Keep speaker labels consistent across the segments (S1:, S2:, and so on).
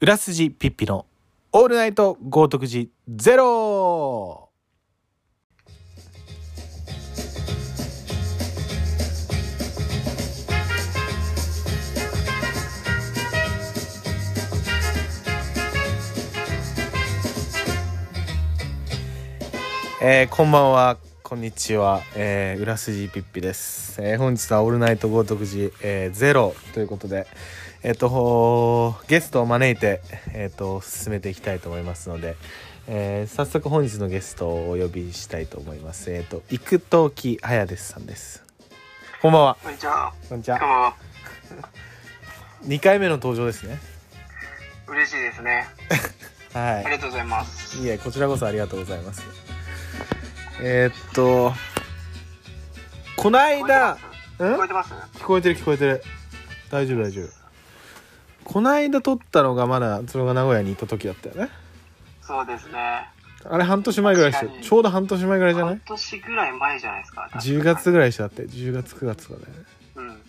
S1: 裏筋ピッピのオールナイト豪徳寺ゼロえー、こんばんはこんにちは、えー、裏筋ピッピです、えー、本日はオールナイト豪徳寺、えー、ゼロということでえっ、とゲストを招いてえっ、と進めていきたいと思いますので、えー早速本日のゲストをお呼びしたいと思いますえっ、と幾藤木綾ですさんですこんばんは
S2: こんにちは。
S1: こんにち
S2: 今日
S1: は
S2: は
S1: 2回目の登場ですね
S2: 嬉しいですね。
S1: は
S2: あ
S1: い
S2: りがとうございます。
S1: いえこちらこそありがとうございますえーっとこの間ん
S2: 聞こえてます？
S1: 聞こえてる聞こえてる大丈夫大丈夫この間撮ったのがまだそれが名古屋に行った時だったよね
S2: そうですね。
S1: あれ半年前ぐらいして
S2: 確かに
S1: ちょうど半年前ぐらいじゃない
S2: 半年ぐらい前じゃないですか。
S1: 10月。ぐらいでしょだって10月9月とかね
S2: うん。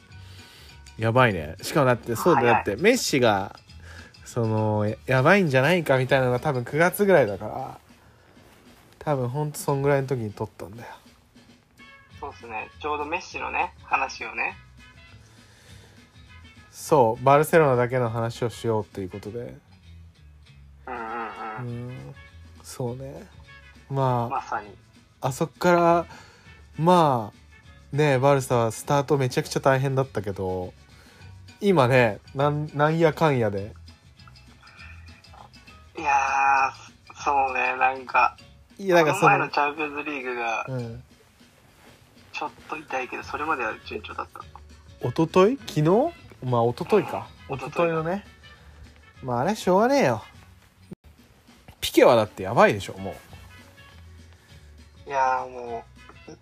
S1: やばいねしかもだってそうだよ
S2: 早い
S1: だってメッシがそのややばいんじゃないかみたいなのが多分9月ぐらいだから多分ほんとそんぐらいの時に撮ったんだよ
S2: そうですね。ちょうどメッシのね話をね。
S1: そうバルセロナだけの話をしようということで
S2: うんう
S1: う
S2: んうん。
S1: んそうねまあ
S2: まさに。
S1: あそこからまあねバルサはスタートめちゃくちゃ大変だったけど今ねなんなんやかんやで
S2: いやー、そうね。なんか。
S1: いやだから
S2: こ
S1: そ
S2: の前の
S1: の
S2: チャンピオンズリーグが
S1: うん
S2: ちょっと痛いけど、それまでは順調だった。
S1: 一昨日昨日まあ一昨日か
S2: 一
S1: 一
S2: 昨日
S1: 昨日のねまああれしょうがねえよピケはだってやばいでしょも
S2: いやーもう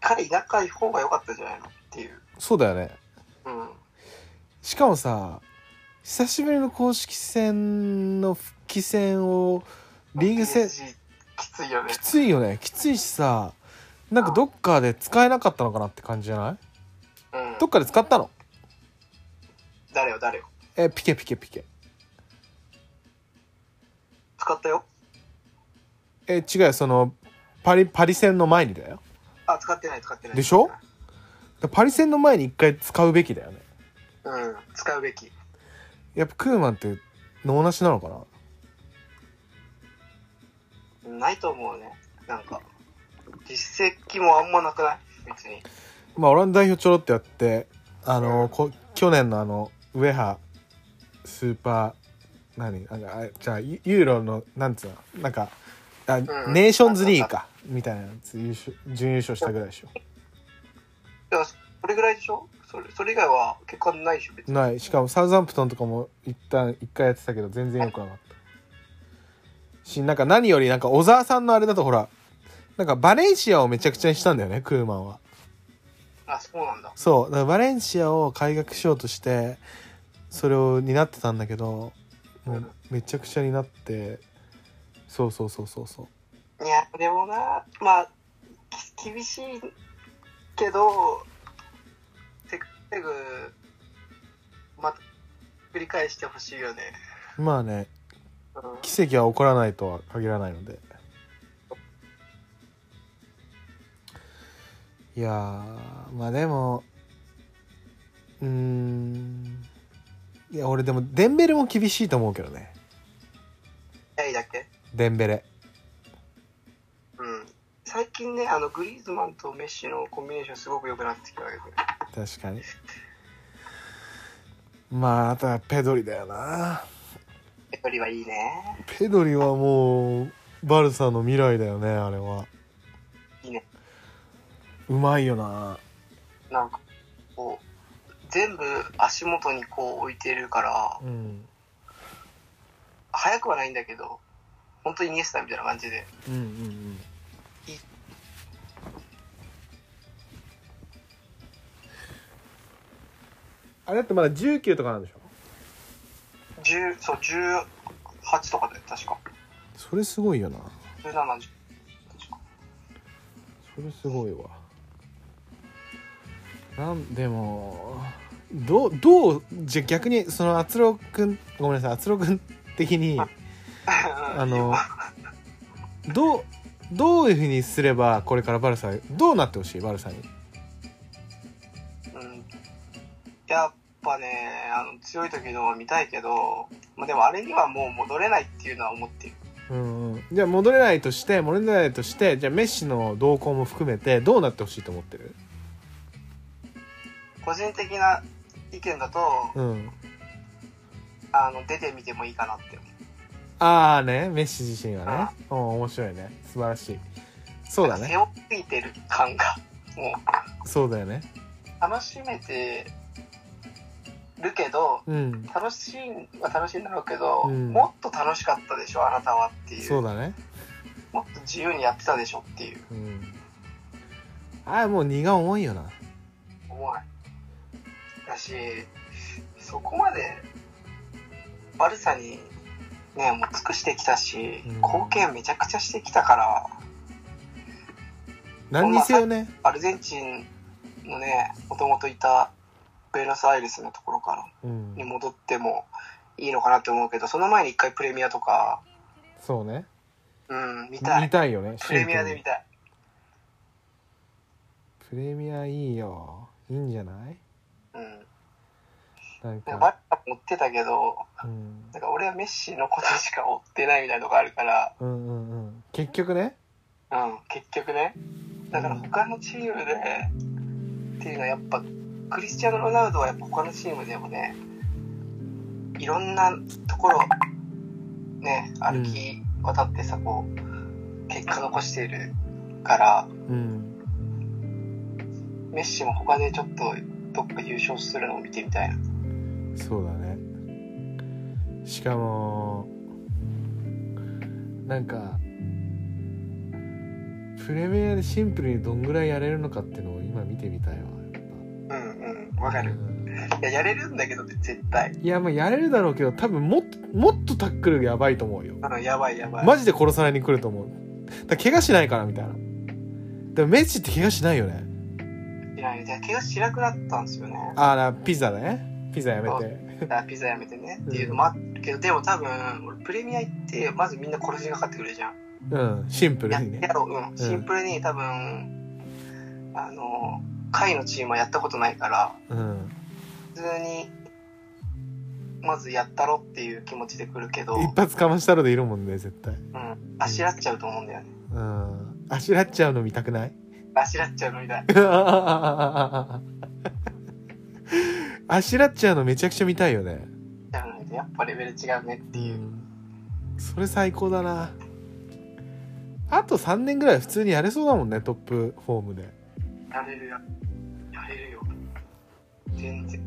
S2: 彼いなかい方が良かったじゃないのっていう。
S1: うそうだよね
S2: うん。
S1: しかもさ久しぶりの公式戦の復帰戦をリーグ戦
S2: メッシきついよね
S1: き。ついよねきついしさなんかどっかで使えなかったのかなって感じじゃない
S2: うん
S1: どっ。かで使ったの
S2: 誰よ誰よ。
S1: えピケピケピケ
S2: 使ったよ。
S1: え違うよそのパリパリ戦の前にだよ
S2: あ、使ってない、使ってない。
S1: でしょだパリ戦の前に一回使うべきだよね
S2: うん、使うべき。
S1: やっぱクーマンって脳なしなのかな
S2: ないと思うね。なんか、実績もあんまなくない別に。
S1: まあオランダ代表ちょろってやってあのこ去年のあのウエハスーパー何ああじゃあユユーロのなんつうのなんかあ
S2: ん
S1: ネーションズリーグかみたいなやつ優勝準優勝したぐらいでしょ
S2: でも、それぐらいでしょそれ、それ以外は結果ないでしょ別に。
S1: ないしかもサウザンプトンとかも一旦一回やってたけど全然良くなかったしなんか何よりなんか小沢さんのあれだとほらなんかバレンシアをめちゃくちゃにしたんだよねクーマンは
S2: あ、そうなんだ。
S1: そうだからバレンシアを改革しようとしてそれを担ってたんだけどもうめちゃくちゃになってそうそうそうそうそう
S2: いや、でもな、まあ、き厳しいけど、テクテグ、また、繰り返してほしいよね。
S1: まあね
S2: うん。
S1: 奇跡は起こらないとは限らないのでいやーまあでもうーんいや俺でもデンベレも厳しいと思うけどね
S2: 早いだけ。
S1: デンベレ
S2: うん。最近ね、あの、グリーズマンとメッシのコンビネーションすごく良くなってきたわけです
S1: 確
S2: ね。
S1: かにまああとはペドリだよな
S2: ペドリはいいね。
S1: ペドリはもうバルサの未来だよねあれはい
S2: いね。
S1: うまいよな
S2: なんか、こう、全部足元にこう置いてるから、
S1: うん
S2: 速くはないんだけど、本当にイニエスタみたいな感じで。
S1: うんうんうん
S2: い
S1: あれだってまだ19とかなんでしょ
S2: 10、そう、18とかで、確か。
S1: それすごいよな
S2: 17、10確か。
S1: それすごいわなんでもどうどうじゃあ逆にそのあつろくんごめんなさいあつろくん的にあ
S2: あ
S1: のどうどういうふうにすればこれからバルサどうなってほしいバルサに
S2: うん、やっぱねあの強い時のを見たいけど、まあ、でもあれにはもう戻れないっていうのは思ってる
S1: うんうん、じゃあ戻れないとして戻れないとしてじゃあメッシの動向も含めてどうなってほしいと思ってる
S2: 個人的な意見だと
S1: うん
S2: あの出てみてもいいかなって思う
S1: ああねメッシ自身はねうん面白いね素晴らしいそうだね
S2: 背負っていてる感がも
S1: そうだよね
S2: う楽しめてるけど
S1: うん
S2: 楽しいは楽しいんだろうけど、
S1: うん
S2: もっと楽しかったでしょあなたはっていう
S1: そうだね
S2: もっと自由にやってたでしょっていう
S1: うんああもう荷が重いよな
S2: 思わないだしそこまでバルサにねもう尽くしてきたし、
S1: うん
S2: 貢献めちゃくちゃしてきたから
S1: 何にせよね
S2: アルゼンチンのねもともといたベノスアイレスのところから
S1: うん
S2: に戻ってもいいのかなって思うけどその前に一回プレミアとか
S1: そうね
S2: うん見た
S1: 見
S2: い
S1: たいよね
S2: プレミア
S1: シンプ
S2: で見
S1: ルに
S2: たい
S1: プレミアいいよいいんじゃない
S2: うん
S1: なん
S2: なんかバ
S1: か
S2: ルサも追ってたけど
S1: うん
S2: なんか俺はメッシのことしか追ってないみたいなとこあるから
S1: うんうんうん結局ね
S2: うん、結局ね。だから他のチームで、っていうのはやっぱ、クリスチャーノ・ロナウドはやっぱ他のチームでもね、いろんなところ、ね、歩き渡ってさ、こう、結果残しているから、
S1: うん
S2: メッシも他でちょっと、どっか優勝するのを見てみたいな。
S1: そうだねしかもなんかプレミアでシンプルにどんぐらいやれるのかっていうのを今見てみたいわやっ
S2: うんうん、わ
S1: ぱ
S2: かる。いや、やれるんだけど、絶対。
S1: いやまあやれるだろうけど多分もっともっとタックルやばいと思うよ
S2: うん、やばいやばい。
S1: マジで殺されに来ると思うだから怪我しないからみたいなでもメッシって怪我しないよね
S2: いやいや怪我しなくなったんです よね。
S1: ああピザねピザやめて
S2: あピザやめてねっていうのもあるけど、でも多分俺プレミア行ってまずみんな殺しにかかってくるじゃん
S1: うんシンプル
S2: や
S1: にね
S2: やろう、うん、シンプルに多分、あの下位のチームはやったことないから
S1: うん
S2: 普通にまずやったろっていう気持ちで来るけど、
S1: 一発かましたろでいるもんね絶対
S2: うん、あしらっちゃうと思うんだよね
S1: うんあしらっちゃうの見たくない
S2: あしらっちゃうのみたい
S1: あしらっちゃうのめちゃくちゃ見たいよね
S2: ちゃうのみたいやっぱレベル違うねっていう、
S1: それ最高だなあと3年ぐらい普通にやれそうだもんねトップフォームで
S2: やれるよやれるよ全然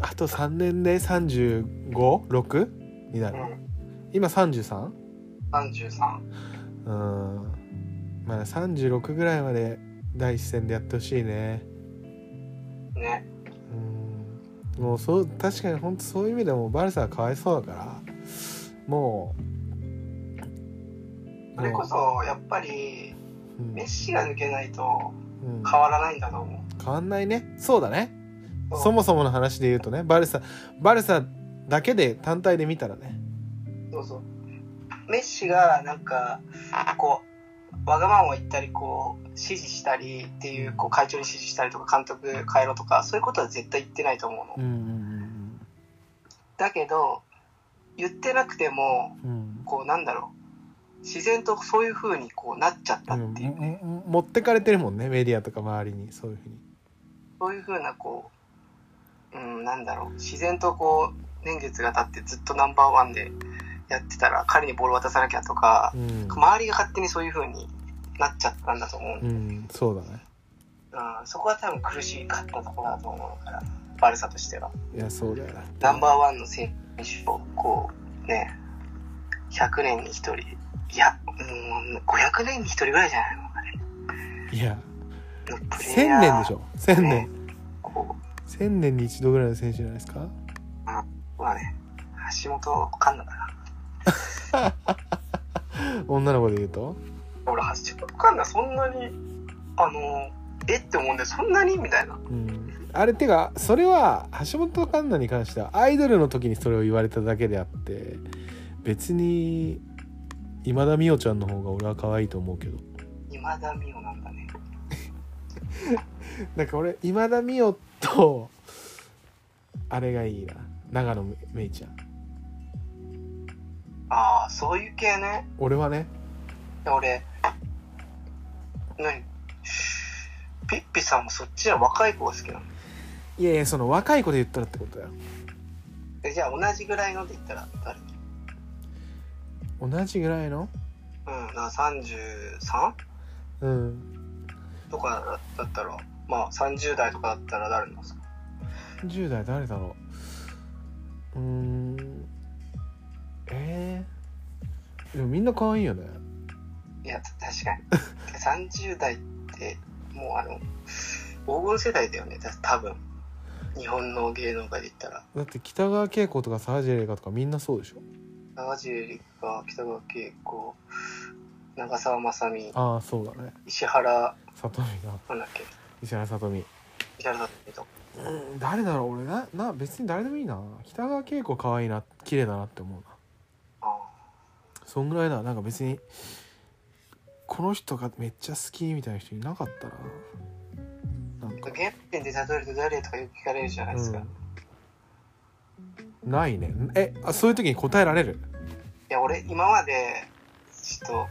S1: あと3年で356にな
S2: う
S1: る、
S2: ん
S1: 今 33?
S2: 33
S1: うんまあ36ぐらいまで第一線でやってほしいね
S2: ね
S1: うんもうそう確かに本当そういう意味でもバルサはかわいそうだからもう
S2: それこそやっぱり
S1: うん
S2: メッシが抜けないと
S1: うん
S2: 変わらないんだと思
S1: 変わんないねそうだね
S2: う
S1: そもそもの話で言うとねバルサバルサだけで単体で見たらね
S2: そうそうメッシがなんかこうわがままを言ったりこう指示したりっていうこう会長に指示したりとか監督変えろとかそういうことは絶対言ってないと思うの、
S1: うんうん
S2: だけど言ってなくても
S1: うんうん
S2: こうなんだろう自然とそういう風にこうなっちゃった
S1: う
S2: っていう、
S1: んも持ってかれてるもんねメディアとか周りにそういうふうに
S2: そういう風なこううんなんだろう自然とこう年月が経ってずっとナンバーワンでやってたら彼にボール渡さなきゃとか、
S1: うん、
S2: 周りが勝手にそういう風になっちゃったんだと思う
S1: う
S2: の、
S1: ん、そうだね
S2: うん、そこは多分苦しかったところだと思うから、バルサとしては。
S1: いやそうだよな
S2: ナンバーワンの選手を、こう、ね、100年に1人、いや、うん、500年に1人ぐらいじゃないのあれ
S1: いや
S2: のプレイ
S1: 1000
S2: ヤー
S1: 年でしょ1000
S2: ね
S1: 年
S2: こ
S1: 1000年に一度ぐらいの選手じゃないですか
S2: う、まあね、橋本環奈か
S1: 女の子で言うと
S2: な。俺、橋本環奈そんなに、あの、えって思うんで、そんなにみたいな。
S1: うん、あれてかそれは橋本環奈に関してはアイドルの時にそれを言われただけであって別に今田美桜ちゃんの方が俺は可愛いと思うけど
S2: 今田美桜なんだね
S1: なんか俺今田美桜とあれがいいな長野めいちゃん
S2: ああそういう系ね
S1: 俺はね
S2: 俺何ピッピさんもそっちの若い子が好きなの
S1: いやいやその若い子で言ったらってことだよ
S2: えじゃあ同じぐらいので言ったら誰うん
S1: 同じぐらいの
S2: だから 33?
S1: うん
S2: とかだったらまあ30代とかだったら誰なんですか
S1: 10代誰だろううーんえー、でもみんな可愛いよね
S2: いや確かに30代ってもうあの黄金世代だよねた多分日本の芸能界で言ったら
S1: だって北川景子とか沢尻エリカとかみんなそうでしょ
S2: 長尻理香北川景子長澤まさみ
S1: ああそうだね
S2: 石原
S1: 里美が
S2: なんだっけ
S1: 石原さとみ
S2: 石原だったと
S1: うん誰だろう俺なな別に誰でもいいな北川景子可愛いな綺麗だなって思うな
S2: あ
S1: そんぐらいだなんか別にこの人がめっちゃ好きみたいな人いなかったななん
S2: あ
S1: か、
S2: 原点で例えると誰とかよく聞かれるじゃないですか、い
S1: うん、ないねえあそういう時に答えられる
S2: や俺今までちょっと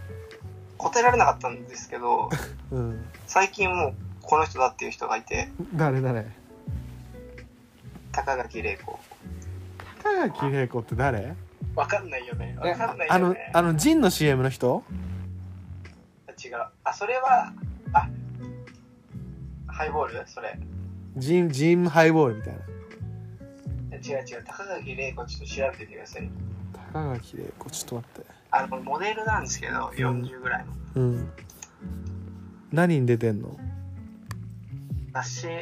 S2: 答えられなかったんですけど
S1: うん
S2: 最近もうこの人だっていう人がいて
S1: 誰誰
S2: 高垣玲子
S1: 高垣玲子って誰
S2: わかんないよねわかんない
S1: あ
S2: よ
S1: の
S2: ね
S1: あのジンの CM の人
S2: 違うあそれはあハイボールそれ
S1: ジンジンハイボールみたいな
S2: 違う違う高垣玲子ちょっと調べてみてください
S1: 高垣玲子ちょっと待って
S2: あのモデルなんですけど40ぐらいの
S1: うん何に出てんの
S2: 雑誌に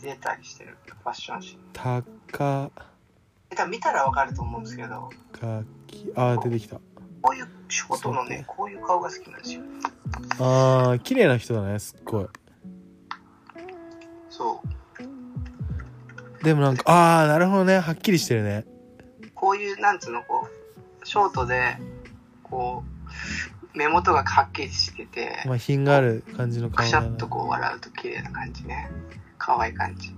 S2: 出てたりしてるファッション誌
S1: 高
S2: 多分見たらわかると思うんですけど
S1: 垣あー出てきた
S2: こういう仕事のねこういう顔が好きなんですよ
S1: あー綺麗な人だねすっごい
S2: そう
S1: でもなんかああなるほどねはっきりしてるね
S2: こういうなんつうのこうショートでこう目元がはっきりしてて
S1: まあ品がある感じの
S2: く
S1: 顔
S2: しゃ
S1: だ
S2: っ
S1: ね
S2: とこう笑うと綺麗な感じね可愛い感じ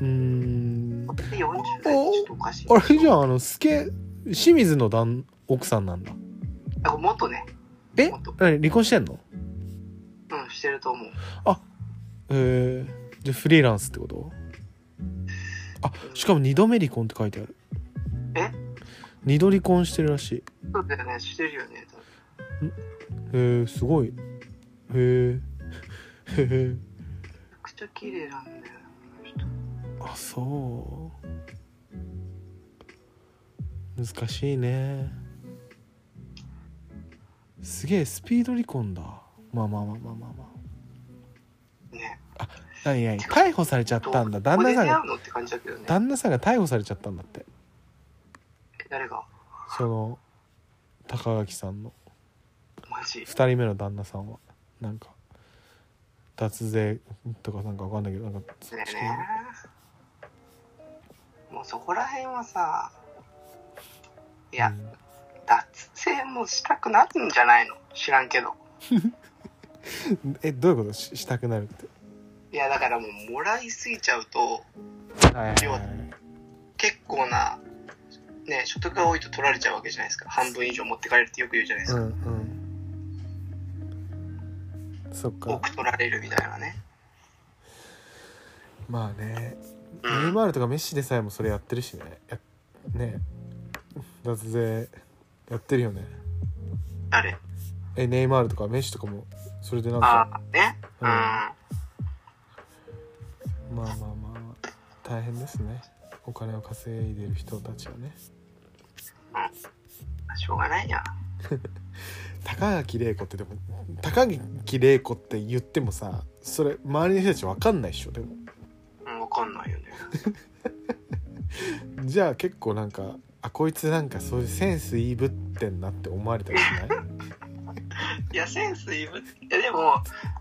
S1: うーん
S2: で40代ってちょっとおかしい
S1: あれじゃああのスケ清水の旦奥さんなんだ
S2: あ元ね
S1: え
S2: 元
S1: 何離婚してんの
S2: うんしてると思う
S1: へえじゃあフリーランスってことあしかも2度目離婚って書いてある
S2: え
S1: 2度離婚してるらしいへ
S2: そうだよねしてるよね多分
S1: えすごいへえへえ
S2: めちゃくちゃ綺麗なんだよこの人
S1: あそう難しいねすげえスピード離婚だまあまあまあまあまあま
S2: ね
S1: あ何何逮捕されちゃったんだ
S2: こ
S1: 旦
S2: こ
S1: 那
S2: で出
S1: さん
S2: 会
S1: が
S2: うのって感じだけどね
S1: 旦那さんが逮捕されちゃったんだって
S2: 誰が
S1: その高垣さんの
S2: マジ
S1: 2人目の旦那さんはなんか脱税とかなんかわかんないけどなんかそ
S2: ねえもうそこら辺はさいや、
S1: うん
S2: 脱税もしたくなるんじゃないの知らんけど
S1: えどういうことししたくなるって
S2: いやだからもうもらいすぎちゃうと
S1: はい
S2: はいはい結構なね所得が多いと取られちゃうわけじゃないですか半分以上持ってかれるってよく言うじゃないです
S1: うん
S2: か、
S1: うんそっ
S2: 多
S1: か
S2: く取られるみたいなね
S1: まあね
S2: う
S1: ネイ
S2: ん
S1: マールとかメッシでさえもそれやってるしねやね脱税やってるよね
S2: 誰
S1: えネイマールとかメッシとかもそれでなん
S2: あ
S1: か
S2: あね
S1: う
S2: うんん、
S1: まあまあまあ大変ですねお金を稼いでる人たちはね
S2: しょうがないや
S1: 高垣玲子ってでも高垣玲子って言ってもさそれ周りの人たち分かんないでしょでも
S2: うんわかんないよね
S1: じゃあ結構なんかあこいつなんかそういうセンスいいぶってんなって思われたりしない
S2: いや、センスいぶ。いや、でも、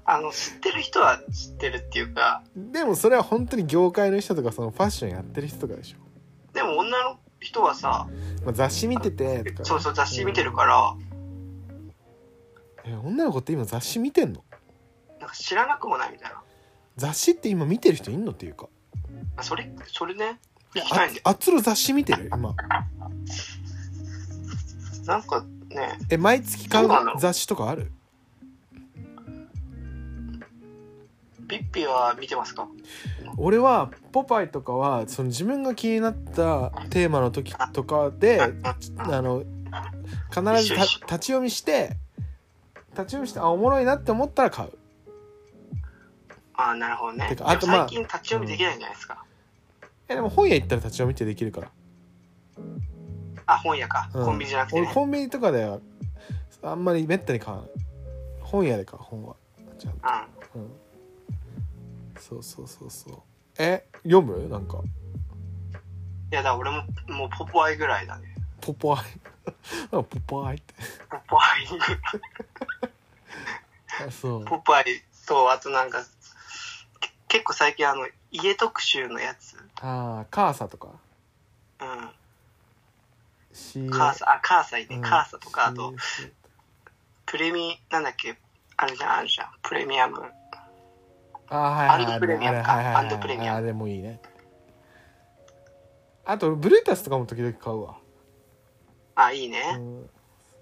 S2: あの、知ってる人は知ってるっていうか、
S1: でもそれは本当に業界の人とかそのファッションやってる人とかでしょ、
S2: でも女の人はさ、
S1: まあ、雑誌見ててとか
S2: そうそう、雑誌見てるから、
S1: え女の子って今雑誌見てんの
S2: なんか知らなくもないみたいな。
S1: 雑誌って今見てる人いんのっていうか
S2: あそれ、それね、聞きた
S1: あ
S2: いんだよ。
S1: あっつろ雑誌見てる今
S2: なんかね、
S1: え毎月買う
S2: そうなの
S1: 雑誌とかある
S2: ピッピは見てますか
S1: 俺は「ポパイ」とかはその自分が気になったテーマの時とかであの必ずた立ち読みして立ち読みしてあおもろいなって思ったら買う
S2: ああ、なるほどね。
S1: て
S2: で
S1: か
S2: も
S1: あとまあ
S2: 最近立ち読みできないんじゃないですか。
S1: えでも本屋行ったら立ち読みってできるから、
S2: あ、本屋か。
S1: うん
S2: コンビニじゃなくて
S1: 俺
S2: ね。
S1: コンビニとかではあんまりめったに買わない本屋で買う本はちゃんと、
S2: う
S1: うん、そうそうそうそうえ読むなんか
S2: ん。いや、だから俺も、もうポポアイぐらいだね。
S1: 「ポパイ」 なんかポパイ」って
S2: ポポアイぐらい。
S1: あそう
S2: ポパイと、あとなんか、け結構最近あの、家特集のやつ。
S1: ああカーサとか
S2: うん。
S1: シー
S2: カーサ、あ、カーサいいね。カーサとか、あと、
S1: CS
S2: プレミ、なんだっけ、あるじゃん、あるじゃん。プレミアム。
S1: あはいはい
S2: アンドプレミアムか
S1: あれはいはいはい
S2: アンドプレミアム
S1: あれもいいねあとブルータスとかも時々買うわ、
S2: あ、いいうね。
S1: ん、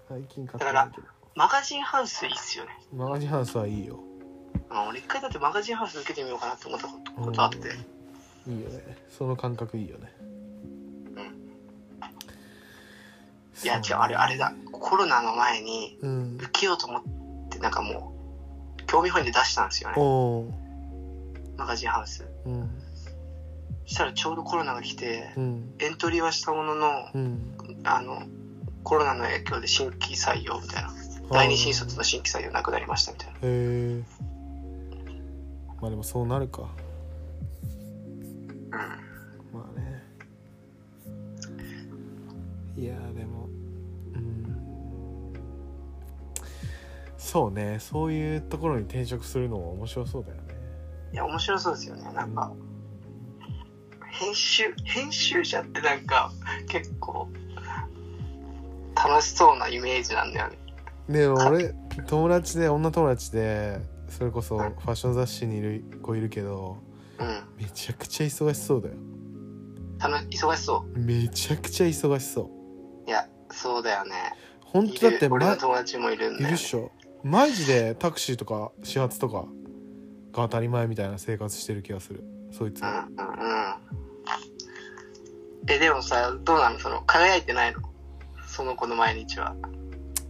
S1: 最近買ってないけど
S2: マガジンハウスいいっすよね。
S1: マガジンハウスはいいよ
S2: うん俺一回だってマガジンハウス受けてみようかなって思ったことことあって。
S1: いいよねその感覚いいよね
S2: いや、違う、あれ、あれだ。コロナの前に、
S1: うん
S2: 受けようと思って、なんかもう、興味本位で出したんですよ
S1: お
S2: ね。
S1: お
S2: マガジンハウス。
S1: ーうん
S2: そしたらちょうどコロナが来て、
S1: うん
S2: エントリーはしたものの、
S1: うん
S2: あの、コロナの影響で新規採用みたいな。第二新卒の新規採用なくなりましたみたいな。
S1: へえまあでもそうなるか
S2: うん。
S1: まあねいやーでもうんそうねそういうところに転職するのも面白そうだよね
S2: いや、面白そうですよね。なんか、編集、編集者ってなんか、結構、楽しそうなイメージなんだよね。
S1: でも俺友達で女友達でそれこそファッション雑誌にいる子いるけど
S2: うん。
S1: めちゃくちゃ忙しそうだよ
S2: 楽忙しそ
S1: めちゃくちゃ忙しそう
S2: う。いや、そうだよね。
S1: 本当だっ
S2: い
S1: て
S2: る俺
S1: ま
S2: の友達もいるん
S1: い
S2: だ
S1: るっ
S2: よ、ね。
S1: しょ毎日でタクシーとか始発とかが当たり前みたいな生活してる気がするそいつ
S2: う
S1: は
S2: んうんうん。え、でもさ、どうなのその、輝いてないのその子の毎日は。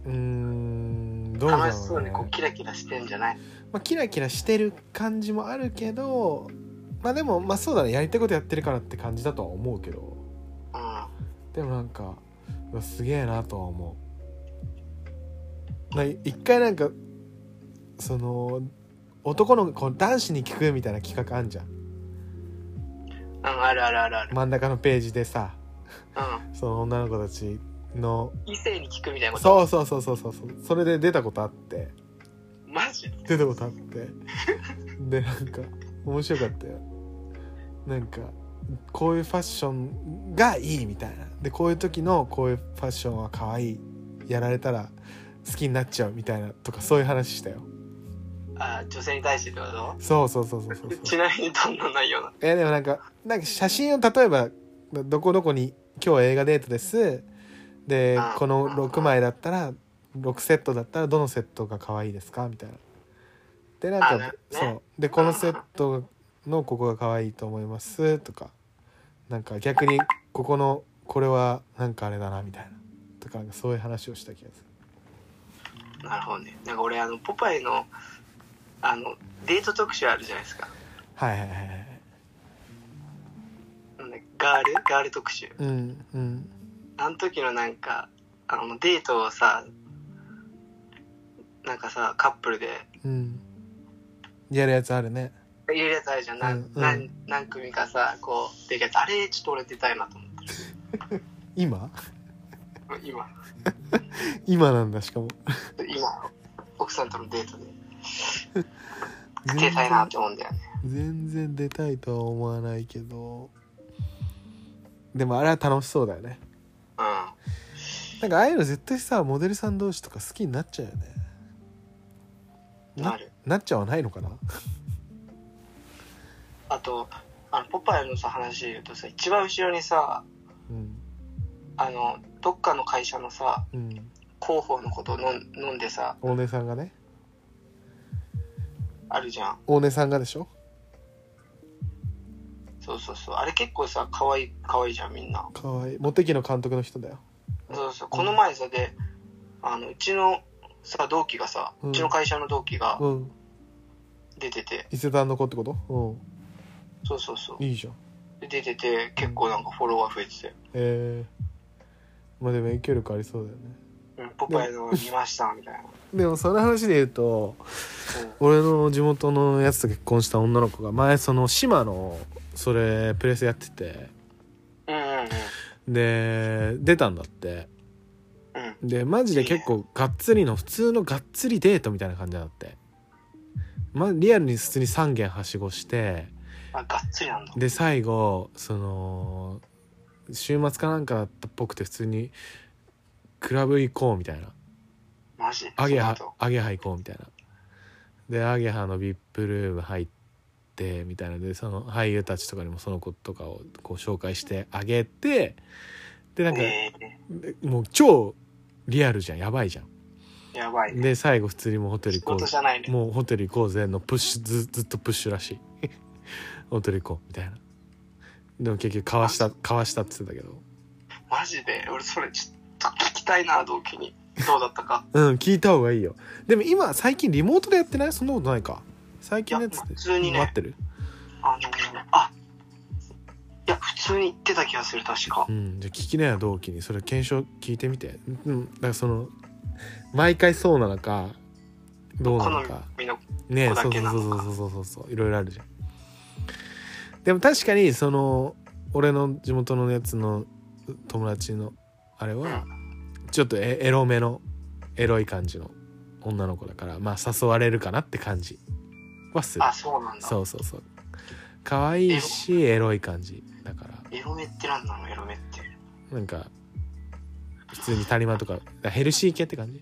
S1: うーんどうだろう、ね、
S2: 楽しそうにこう、キラキラしてんじゃない
S1: まあ、キラキラしてる感じもあるけどまあでもまあそうだねやりたいことやってるからって感じだとは思うけど
S2: うん。
S1: でもなんかうわすげえなとは思うな一回なんかその男の子男子に聞くみたいな企画あんじゃん
S2: うん、あるあるあるある。
S1: 真ん中のページでさ
S2: うん。
S1: その女の子たちの
S2: 異性に聞くみたいなこと。
S1: そうそうそうそうそうそうそれで出たことあって
S2: マジ
S1: 出たことあって でなんか面白かったよなんかこういうファッションがいいみたいなでこういう時のこういうファッションは可愛いやられたら好きになっちゃうみたいなとかそういう話したよ
S2: あ、女性に対してってこと
S1: そうそうそうそうそう
S2: ち
S1: そう
S2: なみにどんな内容なの
S1: えでもなんかなんか写真を例えばどこどこに今日は映画デートですで
S2: あ
S1: この6枚だったら6セットだったらどのセットが可愛いですかみたいなでなんか
S2: あなるほ
S1: そ
S2: どね
S1: うでこのセットのここが可愛いと思いますとかなんか逆にここのこれはなんかあれだなみたいなとかなんかそういう話をした気がする
S2: なるほどね。なんか俺、あの、ポパイの、あの、デート特集あるじゃないですか。
S1: はいはいはいはい
S2: なんだっけガールガール特集。
S1: うんうん
S2: あの時のなんか、あの、デートをさ、なんかさ、カップルで
S1: うんやるやつあるね
S2: 入れるやつあるじゃん。な
S1: うん
S2: ん
S1: うん
S2: 何何組かさ、こう、できるやつ。あれ、ちょっと俺出たいなと思って
S1: 今
S2: る。今、
S1: 今なんだしかも
S2: 今、奥さんとのデートで出たいなって思うんだよね
S1: 全然出たいとは思わないけどでもあれは楽しそうだよね
S2: うん
S1: なんかああいうの絶対さモデルさん同士とか好きになっちゃうよね
S2: なる
S1: なっちゃわないのかな
S2: あとあのポパイのさ話で言うとさ一番後ろにさ
S1: うん
S2: あのどっかの会社のさ
S1: うん
S2: 広報のことを飲ん飲んでさ
S1: 大根さんがね
S2: あるじゃん
S1: 大根さんがでしょ
S2: そうそうそうあれ結構さ可愛い可愛いじゃんみんな
S1: かわいいモテキの監督の人だよ
S2: そうそうこの前さであのうちのさ同期がさ、
S1: う
S2: うんちの会社の同期が
S1: うん
S2: 出てて
S1: 伊勢丹の子ってこと
S2: そうそうそう
S1: うんいいじゃん
S2: で出てて結構なんかフォロワー増えてて
S1: えー、まあでも影響力ありそうだよね
S2: 「うん、ポパイの見ました」みたいな、
S1: でもその話で言うと
S2: うん
S1: 俺の地元のやつと結婚した女の子が前その島のそれプレスやってて
S2: うんうんうん
S1: で出たんだって
S2: うん
S1: でマジで結構がっつりの普通のがっつりデートみたいな感じなんだって、ま、リアルに普通に3軒はしごして
S2: あがっつりなんだ
S1: で最後その週末かなんかだったっぽくて普通にクラブ行こうみたいな
S2: マジ
S1: アゲ
S2: その
S1: ハ
S2: 後
S1: アゲハ行こうみたいなでアゲハの VIP ルーム入ってみたいなのでその俳優たちとかにもその子とかをこう紹介してあげてでなんか
S2: え
S1: もう超リアルじゃんやばいじゃん
S2: ー、やばいね
S1: で最後普通にもうホテル
S2: 仕
S1: 行こ
S2: 事じ
S1: う
S2: ゃないね
S1: もうホテル行こうぜのプッシュずずっとプッシュらしい ホテル行こうみたいなでも結局かわしたかわしたって言ってたけど
S2: マジで俺それちょっと聞きたいな同期にどうだっ たか
S1: うん聞いた方がいいよでも今最近リモートでやってないそんなことないか最近のやつっ
S2: いや
S1: て
S2: 普通にね
S1: 待ってる
S2: あのあいや普通に言ってた気がする確か
S1: うん、じゃあ聞きなよ同期にそれ検証聞いてみてうんだからその毎回そうなのかどうな
S2: 好
S1: のか
S2: みの
S1: ねえ
S2: ここ
S1: そうそ
S2: だけ
S1: う
S2: な
S1: そ
S2: の
S1: う
S2: か
S1: そうそうそうそういろいろあるじゃんでも確かにその俺の地元のやつの友達のあれはちょっとエエロめのエロい感じの女の子だからまあ誘われるかなって感じはする
S2: あそうなんだ
S1: そうそうそう可愛いしエロい感じだから
S2: エロメってなんなのエロメって
S1: なんか普通に谷間とかだからヘルシー系って感じ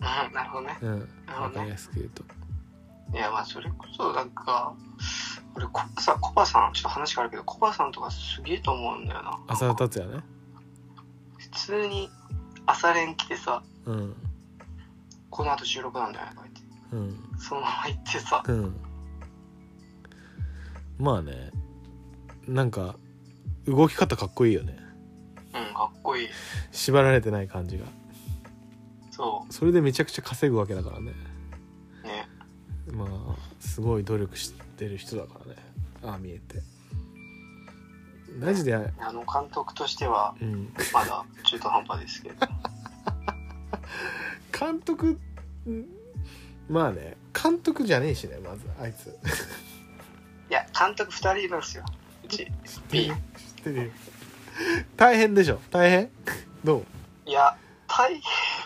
S2: うんなるほどね
S1: うん
S2: なる
S1: わか
S2: ほど
S1: り
S2: ね
S1: やすく言うと
S2: いやまあそれこそなんか俺コパさんコパさんちょっと話があるけどコパさんとかすげえと思うんだよな
S1: 浅田達也ね
S2: 普通に朝練来てさ
S1: うん
S2: この後収録なんだよとか言って
S1: うん
S2: そのまま行ってさ
S1: うんまあねなんか動き方かっこいいよね
S2: うんかっこいい
S1: 縛られてない感じが
S2: そ
S1: それでめちゃくちゃ稼ぐわけだからね
S2: うね
S1: まあすごい努力してる人だからねああ見えてマジで
S2: あの監督としては
S1: うん
S2: まだ中途半端ですけど
S1: 監督んまあね監督じゃねえしねまずあいつ
S2: いや監督2人いるんですようち
S1: 知ってる
S2: B
S1: よ知ってるよ大変でしょ大変どう
S2: いや大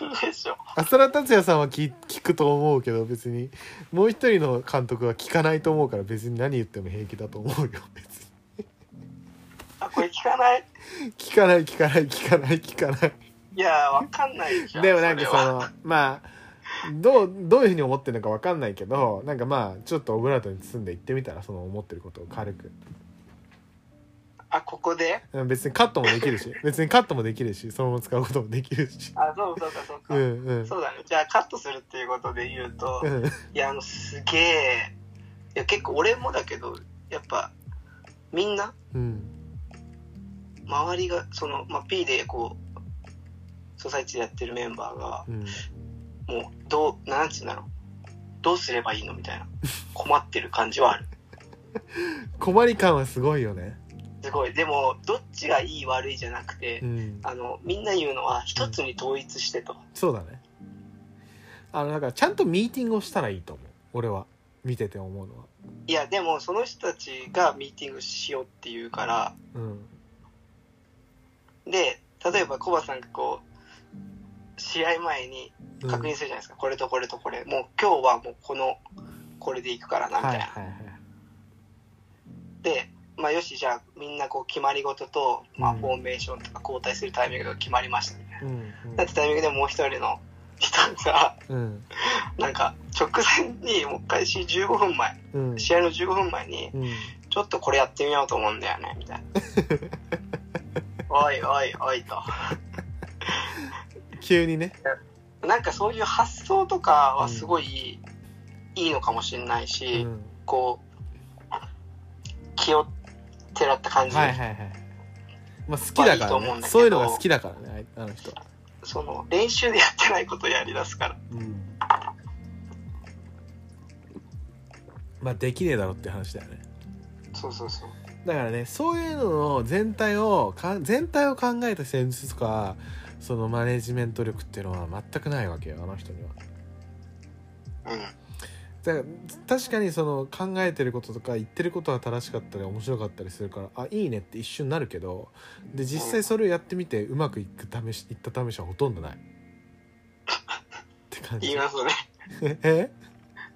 S2: 変でしょ
S1: 浅田達也さんは聞聞くと思うけど別にもう一人の監督は聞かないと思うから別に何言っても平気だと思うよ別
S2: あこれ聞かない
S1: に聞かない聞かない聞かない聞かない
S2: いやわかんないじゃん
S1: でもなんか
S2: れ
S1: そ
S2: は
S1: のまあどうどういうふうに思ってるのか分かんないけどなんかまあちょっとオブラートに包んで言ってみたらその思ってることを軽く
S2: あここで
S1: うん別にカットもできるし別にカットもできるしそのまま使うこともできるし
S2: あそうそうか そうか、
S1: うんうん
S2: そうだねじゃあカットするっていうことで言うと、
S1: うん
S2: いやあのすげえいや結構俺もだけどやっぱみんな
S1: うん
S2: 周りがその、まあ、P でこうソサイチでやってるメンバーが
S1: うん
S2: もうどうなんつうんだろうどうすればいいのみたいな困ってる感じはある
S1: 困り感はすごいよね
S2: すごいでもどっちがいい悪いじゃなくて、
S1: うん
S2: あのみんな言うのは一つに統一してと、
S1: そうだねあのだからちゃんとミーティングをしたらいいと思う俺は見てて思うのはい
S2: やでもその人たちがミーティングしようって言うから
S1: うん
S2: で例えばコバさんがこう試合前に
S1: うん
S2: 確認するじゃないですか、これとこれとこれもう今日はもうこのこれでいくからなみた
S1: はい
S2: いな、
S1: はいはい
S2: で、まあ、よしじゃあみんなこう決まり事と、まあ、
S1: うん
S2: フォーメーションとか交代するタイミングが決まりましたみたいな、
S1: うん
S2: だってタイミングでもう一人の人が
S1: うん
S2: なんか直前にもう開始15分前
S1: うんうん
S2: 試合の15分前にちょっとこれやってみようと思うんだよねみたい なおいおいおいと
S1: 急にね
S2: なんかそういう発想とかはすごい、いいのかもしれないうし、
S1: ん
S2: こう気をてらった感じ、
S1: はいはいはいまあ好きだ
S2: まあいい
S1: か
S2: と思う
S1: ら
S2: んだけ
S1: ね
S2: ど
S1: そういうのが好きだからねあいあの人
S2: その練習でやってないことをやりだすから
S1: うんまあできねえだろって話だよね
S2: そうそうそう
S1: だからねそういうのの全体をかん全体を考えた戦術とかそのマネジメント力っていうのは全くないわけよあの人には
S2: うん
S1: だから確かにその考えてることとか言ってることは正しかったり面白かったりするからあいいねって一瞬なるけどで実際それをやってみてうまくいく試しいった試しはほとんどないって感
S2: 言い
S1: じ
S2: ますね
S1: え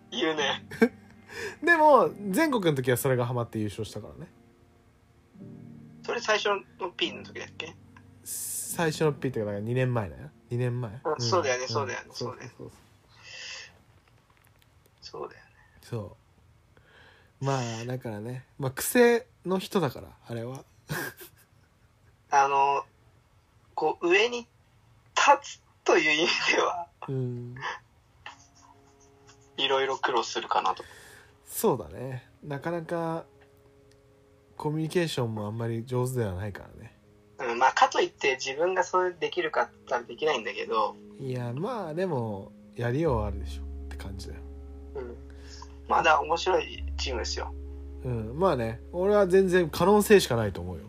S2: 言うね
S1: でも全国の時はそれがハマって優勝したからね
S2: それ最初のピンの時だっけ
S1: 最初のピーってだから2年前だよ2年前、
S2: うんそうだよねそうだよね
S1: ん
S2: そうだよね
S1: そう
S2: そうだよね
S1: そうそうまあだからねまあ癖の人だからあれは
S2: あのこう上に立つという意味では
S1: うん
S2: いろいろ苦労するかなと
S1: そうだねなかなかコミュニケーションもあんまり上手ではないからね
S2: うん、まあかといって自分がそれできるかって言ったらできないんだけど、
S1: いやまあでもやりようはあるでしょって感じだよ
S2: うん、まだ面白いチームですよ
S1: うんまあね俺は全然可能性しかないと思うよ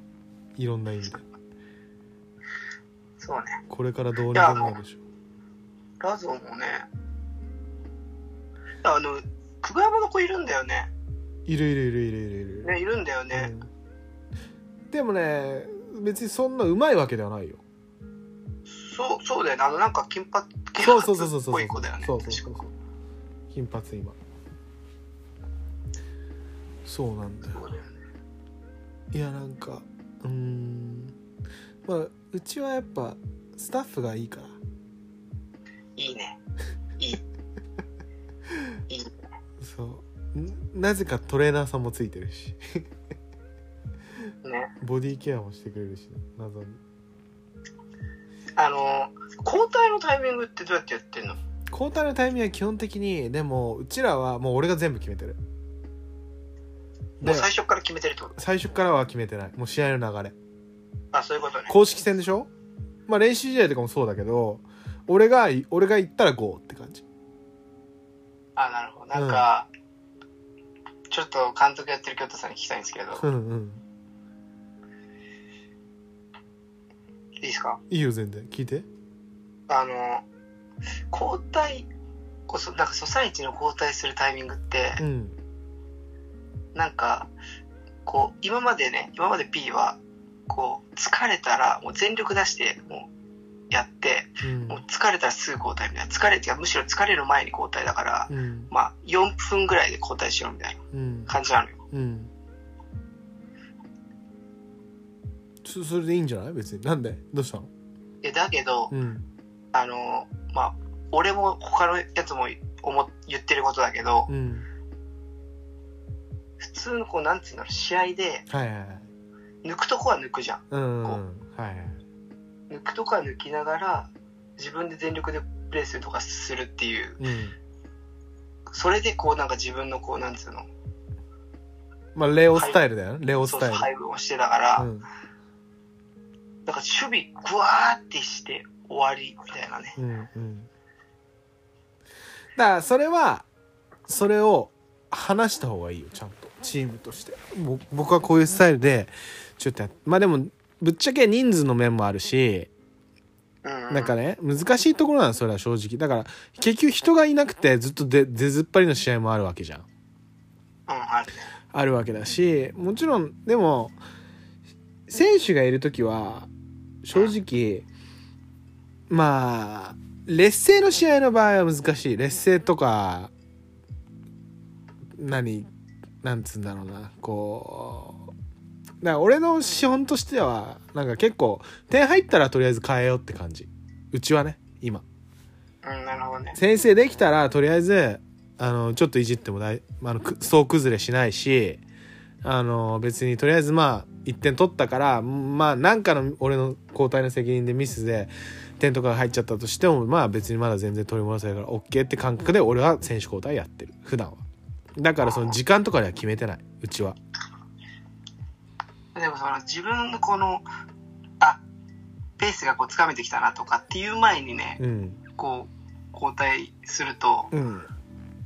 S1: いろんな意味で
S2: そうね
S1: これからどうにでもなるでしょ
S2: ラゾンもねあの久我山の子いるんだよね
S1: いるいるいるいるいるいる、
S2: ねいるんだよね、
S1: うんでもね別にそんなうまいわけではないよ
S2: そうそうだよねあのなんか金髪金
S1: そ
S2: 髪
S1: うそうそうそうそ
S2: っ
S1: う
S2: ぽ
S1: そ
S2: いう子だよね
S1: そうそうそう
S2: 確か
S1: 金髪今そうなんだよ
S2: そうだよね
S1: いやなんかうーんまあうちはやっぱスタッフがいいから
S2: いいねいいいい
S1: そうんなぜかトレーナーさんもついてるし
S2: ね
S1: ボディケアもしてくれるし、ね、謎に
S2: あの交代のタイミングってどうやってやってんの
S1: 交代のタイミングは基本的にでもうちらはもう俺が全部決めてる
S2: も
S1: で
S2: う最初から決めてるってこと
S1: 最初からは決めてないもう試合の流れ
S2: あそういうことね
S1: 公式戦でしょまあ練習試合とかもそうだけど俺が俺が行ったら GO って感じ
S2: あなるほどなんか、ちょっと監督やってる京都さんに聞きたいんですけど
S1: うんうん
S2: いいですか
S1: いいよ全然聞いて
S2: あの交代こそなんかソサイチの交代するタイミングって、
S1: うん
S2: なんかこう今までね今まで P はこう疲れたらもう全力出してもうやって
S1: うん
S2: もう疲れたらすぐ交代みたいな疲れてむしろ疲れる前に交代だから、
S1: うん
S2: まあ4分ぐらいで交代しろみたいな
S1: うん
S2: 感じなのよ
S1: うんそそれでいいんじゃない別になんでどうしたの
S2: えだけど、
S1: うん
S2: あのまあ俺も他のやつも思っ言ってることだけど、
S1: うん
S2: 普通のこうなんつうんだろう試合で
S1: はいはいはい
S2: 抜くとこは抜くじゃん
S1: うん
S2: こ
S1: はいはい
S2: 抜くとこは抜きながら自分で全力でプレーするとかするっていう
S1: うん
S2: それでこうなんか自分のこうなんつうの
S1: まあレオスタイルだよねレオス
S2: そう
S1: タイ
S2: そう
S1: ル
S2: 配分をしてだから、
S1: うん
S2: なんか守備グワーってして終わりみたいなね
S1: うんうんだからそれはそれを話した方がいいよちゃんとチームとしてぼ僕はこういうスタイルでちょっとやっまあでもぶっちゃけ人数の面もあるし
S2: うんうん
S1: なんかね難しいところなのそれは正直だから結局人がいなくてずっと出出ずっぱりの試合もあるわけじゃん
S2: うんあるね
S1: あるわけだしもちろんでも選手がいる時は正直まあ劣勢の試合の場合は難しい劣勢とか何なんつうんだろうなこうだから俺の資本としてはなんか結構点入ったらとりあえず変えようって感じうちはね今
S2: うん、なるほどね。
S1: 先生できたらとりあえずあのちょっといじっても大あのく総崩れしないしあの別にとりあえずまあ1点取ったからまあなんかの俺の交代の責任でミスで点とかが入っちゃったとしてもまあ別にまだ全然取り戻せるから OK って感覚で俺は選手交代やってる普段はだからその時間とかでは決めてないうちは
S2: でもその自分のこの、あ、ペースがこう掴めてきたなとかっていう前にね、
S1: うん
S2: こう、交代すると、
S1: うん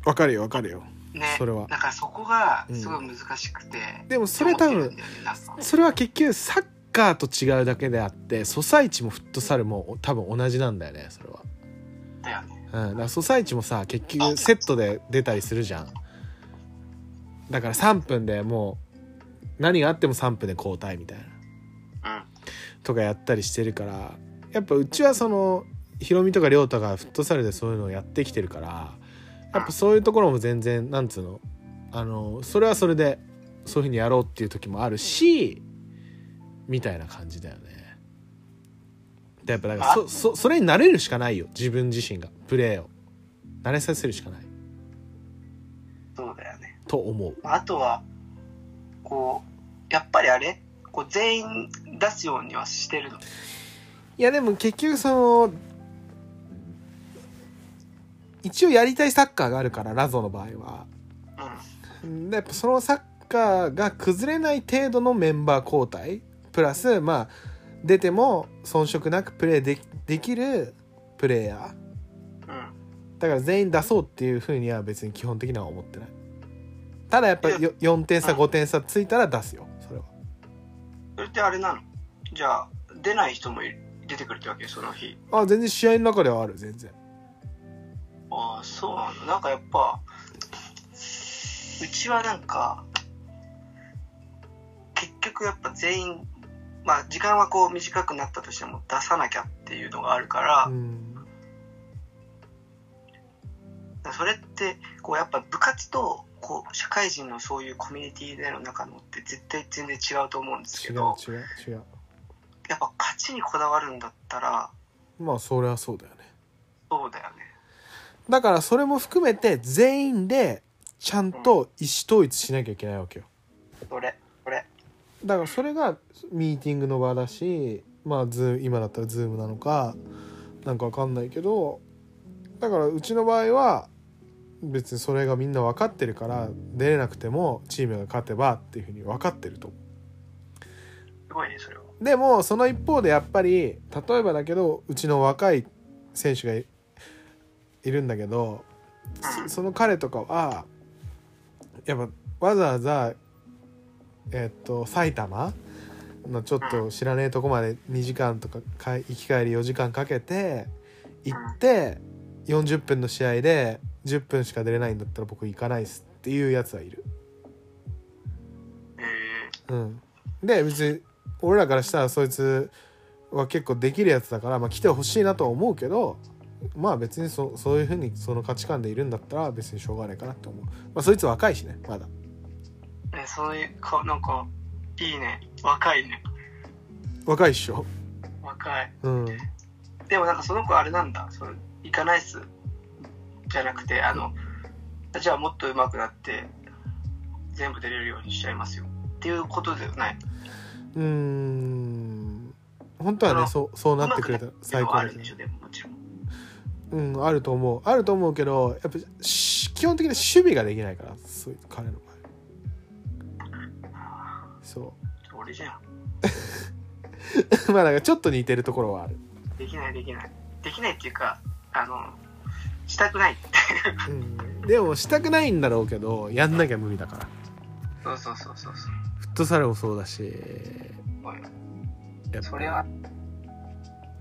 S1: わかるよわかるよ
S2: ね、
S1: それは
S2: だからそこがすごい難しくて、
S1: でもそれ多
S2: 思っ
S1: 分
S2: てるんだよねなんか
S1: それは結局サッカーと違うだけであってソサイチもフットサルも多分同じなんだよねそれは
S2: だよね。
S1: うん、だからソサイチもさ結局セットで出たりするじゃんだから3分でもう何があっても3分で交代みたいな
S2: うん。
S1: とかやったりしてるからやっぱうちはそのヒロミとか亮太がフットサルでそういうのをやってきてるからやっぱそういうところも全然なんつうのあのそれはそれでそういうふうにやろうっていう時もあるしみたいな感じだよね。でやっぱだからそそそれに慣れるしかないよ自分自身がプレーを慣れさせるしかない
S2: そうだよね。
S1: と思う。
S2: あとは、こう、やっぱりあれこう全員出すようにはしてるの。
S1: いやでも結局その一応やりたいサッカーがあるからラゾの場合は
S2: う
S1: うんやっぱそのサッカーが崩れない程度のメンバー交代プラスまあ出ても遜色なくプレーできできるプレイヤー
S2: ん。うん。
S1: だから全員出そうっていうふうには別に基本的には思ってないただやっぱりよ4点差5点差ついたら出すよそれは
S2: それってあれなのじゃあ出ない人もい出てくるってわけその日
S1: あ全然試合の中ではある全然
S2: ああそうなんだなんかやっぱうちはなんか結局やっぱ全員まあ時間はこう短くなったとしても出さなきゃっていうのがあるから
S1: う、ん
S2: それってこうやっぱ部活とこう社会人のそういうコミュニティでの中のって絶対全然違うと思うんです
S1: 違
S2: け
S1: う
S2: ど
S1: 違う違う
S2: やっぱ勝ちにこだわるんだったら
S1: まあそれはそうだよね
S2: そうだよね
S1: だからそれも含めて全員でちゃんと意思統一しなきゃいけないわけよ
S2: それそれ
S1: だからそれがミーティングの場だしまあズーム今だったらズームなのかなんかわかんないけどだからうちの場合は別にそれがみんな分かってるから出れなくてもチームが勝てばっていうふうに分かってると思
S2: すごいねそれは
S1: うでもその一方でやっぱり例えばだけどうちの若い選手がいいるんだけどそその彼とかはやっぱわざわざえっと埼玉のちょっと知らねえとこまで2時間とかかい行き帰り4時間かけて行って40分の試合で10分しか出れないんだったら僕行かないっすっていうやつはいる。
S2: えー
S1: うん、で別に俺らからしたらそいつは結構できるやつだから、まあ、来てほしいなとは思うけどまあ別にそそういうふうにその価値観でいるんだったら別にしょうがないかなと思う、まあ、そいつ若いしねまだ
S2: ね、そういうかなんかいいね若いね
S1: 若いっしょ
S2: 若い
S1: うん
S2: でもなんかその子あれなんだその行かないっすじゃなくてあのじゃあもっと上手くなって全部出れるようにしちゃいますよっていうことではないう
S1: ーん本当はねそうそうなってくれたら最
S2: 最
S1: 高
S2: 高
S1: だ
S2: あるん
S1: け
S2: でし
S1: ど
S2: ょでももちろん
S1: うんあると思うあると思うけどやっぱし基本的に守備ができないからそういう彼の場合そう
S2: 俺じゃん
S1: まあなんかちょっと似てるところはある
S2: できないできないできないっていうかあのしたくない
S1: うんでもしたくないんだろうけどやんなきゃ無理だから
S2: そうそうそうそうそ
S1: フットサルもそうだし
S2: う
S1: やっぱ
S2: それは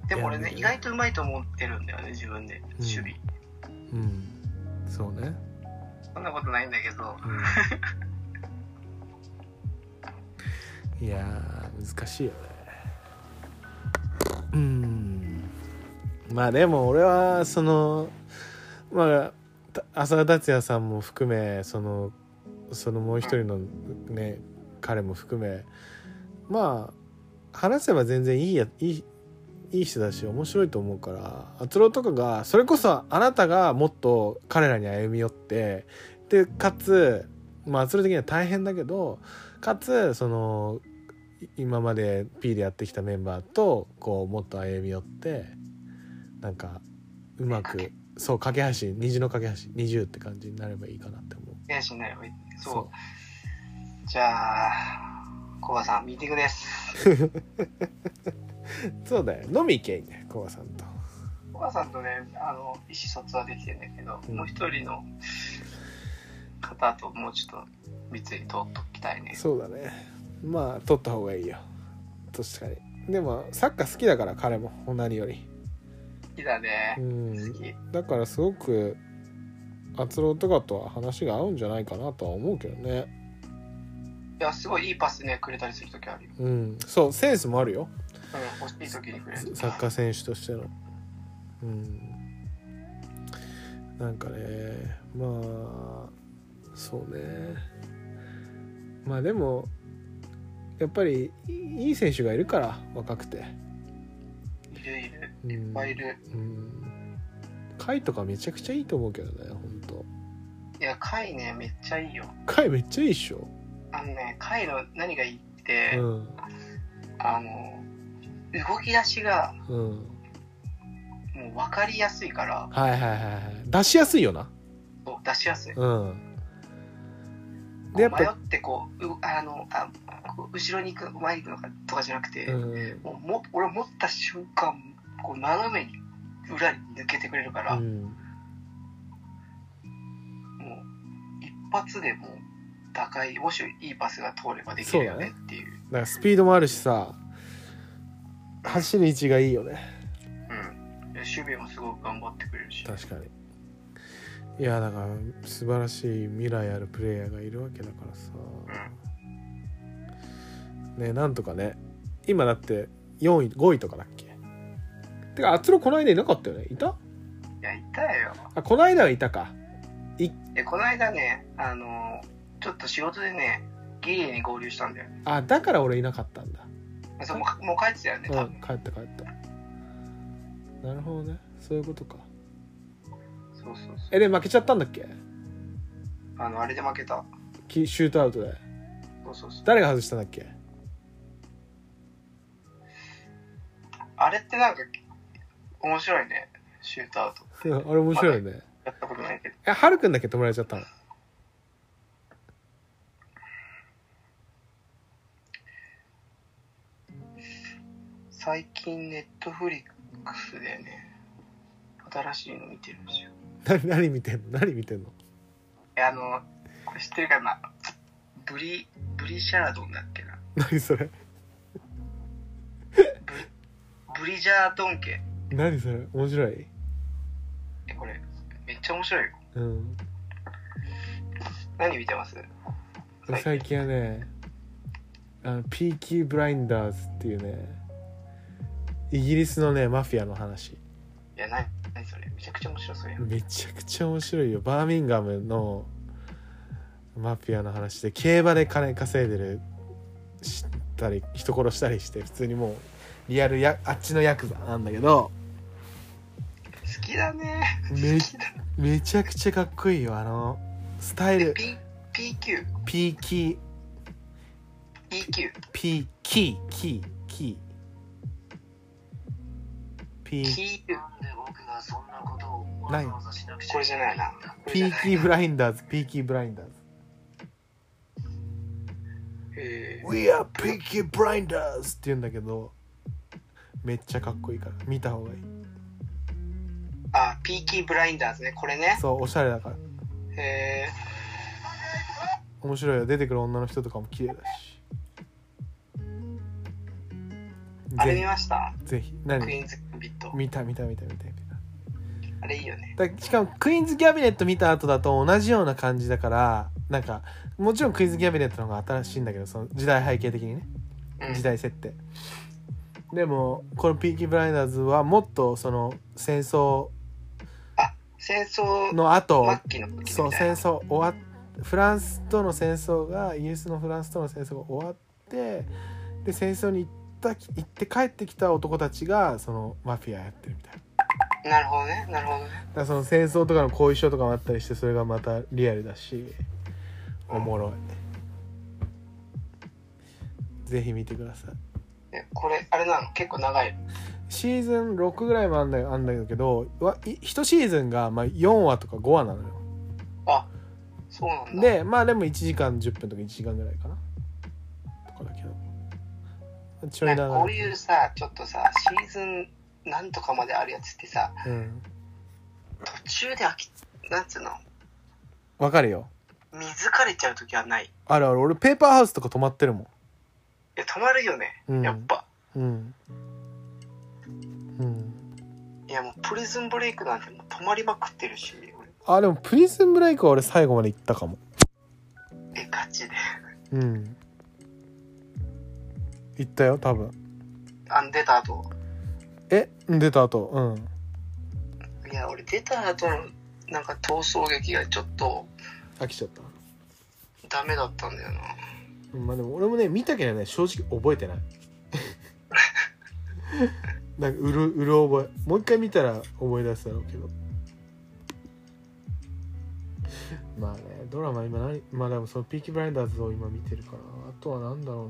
S2: でも俺
S1: い
S2: ね
S1: や
S2: 意外と上手いと思ってるんだよね自分で守備、
S1: うんそうね、
S2: そんなことないんだけど
S1: うん いやー難しいよねうんまあでも俺はそのまあた浅田達也さんも含めそのそのもう一人のね彼も含めまあ話せば全然いいやいいいい人だし面白いと思うから篤郎とかがそれこそあなたがもっと彼らに歩み寄ってでかつまあ篤郎的には大変だけどかつそのい今まで P でやってきたメンバーとこうもっと歩み寄ってなんかうまくそう架け橋虹の架け橋二重って感じになればいいかなって思う
S2: 悔しいなよそうじゃあコバさんミーティングです
S1: そうそうだよ飲み行けいいねコバさんと
S2: コバさんとねあの意思疎通はできてるんだけど、
S1: うん
S2: もう一人の方ともうちょっと密に取っときたいね
S1: そうだねまあ取った方がいいよ確かにでもサッカー好きだから彼も何より
S2: 好きだね
S1: う、
S2: 好
S1: ん
S2: き
S1: だからすごく篤郎とかとは話が合うんじゃないかなとは思うけどね
S2: いや、すごいいいパスね、くれたりするときあるよ。
S1: うんそうセンスもあるよ
S2: うん、欲しいときにくれる。
S1: サッカー選手としてのうんなんかねまあそうねまあでもやっぱりいい選手がいるから若くて
S2: いるいる。
S1: うん
S2: いっぱいいる。
S1: うん貝とかめちゃくちゃいいと思うけどね本当
S2: いや、貝ね、めっちゃいいよ。
S1: 貝めっちゃいいっしょ、
S2: あのね、貝の何がいいって、
S1: うん
S2: あの、動き出しが
S1: うん
S2: もう分かりやすいから、
S1: はいはいはいはい出しやすいよな
S2: こう出しやすい。
S1: うん
S2: こう
S1: でやっ
S2: 迷
S1: ぱ
S2: ってこう、うあの、あこう後ろに行く、前に行くのかとかじゃなくて、
S1: うん
S2: もうも俺持った瞬間、こう斜めに裏に抜けてくれるから、
S1: うん
S2: もう一発でもう打開もしいいパスが通ればできるよねっていう
S1: だからスピードもあるしさ走る位置がいいよね
S2: うんで守備もすごく頑張ってくれるし
S1: 確かにいやだから素晴らしい未来あるプレイヤーがいるわけだからさねなんとかね今だって4位5位とかだっけてか篤郎この間いなかったよねいた
S2: いやいたよ
S1: あこの間はいたか
S2: でこの間ねあのーちょっと仕事でねギリに合流したんだよね
S1: あだから俺いなかったんだ
S2: そうもうもう帰ってたよね多
S1: うん
S2: 分
S1: 帰った帰ったなるほどねそういうことか
S2: そうそうそ
S1: えで負けちゃったんだっけ
S2: うあのあれで負けた
S1: きシュートアウトで
S2: そうそうそう
S1: 誰が外したんだっけ
S2: あれってなんか面白いねシュートアウト
S1: うんあれ面白いよね
S2: やったことないけど
S1: えはるくんだけ止められちゃったの
S2: 最近ネットフリックスでね新しいの見てるんですよ
S1: 何何見てんの何見てんの
S2: えあの、これ知ってるかなブリ、ブリシャードンだっけな
S1: 何それ
S2: ブリジャードン家。
S1: 何それ面白い
S2: え、これ、めっちゃ面白いよ。
S1: うん
S2: 何見てます
S1: 俺最近はねあのピーキー・ブラインダーズっていうねイギリスのねマフィアの話
S2: いや、な何それ。めちゃくちゃ面白そうやん。
S1: めちゃくちゃ面白いよバーミンガムのマフィアの話で競馬で金稼いでるしたり人殺したりして普通にもうリアルやあっちのヤクザなんだけど
S2: 好きだね。
S1: め
S2: 好きだ。
S1: めちゃくちゃかっこいいよあのスタイ
S2: で
S1: ル
S2: P、PQ、
S1: ピーキー
S2: EQ。
S1: ピーキーキーキーピー
S2: キーなんで僕がそんなことを
S1: ない
S2: ざしなくちゃこれじゃないな。これ
S1: ピ
S2: じゃ
S1: ー
S2: ない
S1: キーブラインダーズピーキーブラインダーズ
S2: え
S1: We are Peaky Blinders って言うんだけどめっちゃかっこいいから見た方がいい
S2: ー、あ、ピーキーブラインダーズね。これね。
S1: そうおしゃれだから
S2: え
S1: 面白いよ出てくる女の人とかも綺麗だし
S2: ー、あれ見
S1: ぜ
S2: ました
S1: ひぜひ
S2: クイ
S1: 何
S2: ーンズ・ビット。
S1: 見た見た見た見た見た
S2: あれいいよね。
S1: だしかもクイーンズ・キャビネット見た後だと同じような感じだからなんかもちろんクイーンズ・キャビネットの方が新しいんだけどその時代背景的にね
S2: うん
S1: 時代設定でもこの「ピーキーブライダーズ」はもっとその戦争
S2: あ戦争
S1: の後
S2: 末期の時みたいな
S1: そう戦争終わっフランスとの戦争がイギリスのフランスとの戦争が終わってで戦争に行った行って帰ってきた男たちがそのマフィアやってるみたいな
S2: なるほどねなるほどね
S1: だからその戦争とかの後遺症とかもあったりしてそれがまたリアルだしおもろいぜひ見てください
S2: えこれあれなの結構長い
S1: シーズン6ぐらいもあんだあんだけどわい1シーズンがまあ4話とか5話なのよ
S2: あそうなんだ
S1: でまあでも1時間10分とか1時間ぐらいかなとかだけどちょ
S2: ないんか
S1: 長
S2: こう
S1: い、
S2: いうさちょっとさシーズンなんとかまであるやつってさ
S1: うん、
S2: 途中で飽きなんつうの
S1: わかるよ
S2: 水かれちゃう時はない
S1: あるある俺ペーパーハウスとか止まってるも
S2: いや止まるよね、
S1: うん
S2: やっぱ
S1: んうんうん
S2: いやもうプリズンブレイクなんてもう止まりまくってるし
S1: あでもプリズンブレイクは俺最後まで行ったかも
S2: 俺えガチで
S1: うん行ったよ多分
S2: あの出た後
S1: え出た後うん
S2: いや俺出た後のなんか逃走劇がちょっと
S1: 飽きちゃった
S2: ダメだったんだよな
S1: うんまあでも俺もね見たけどね正直覚え てないなんかうるうる覚えもう一回見たら思い出すだろうけどまあねドラマ今何まあでもそのピーキーブラインダーズを今見てるからあとは何だろう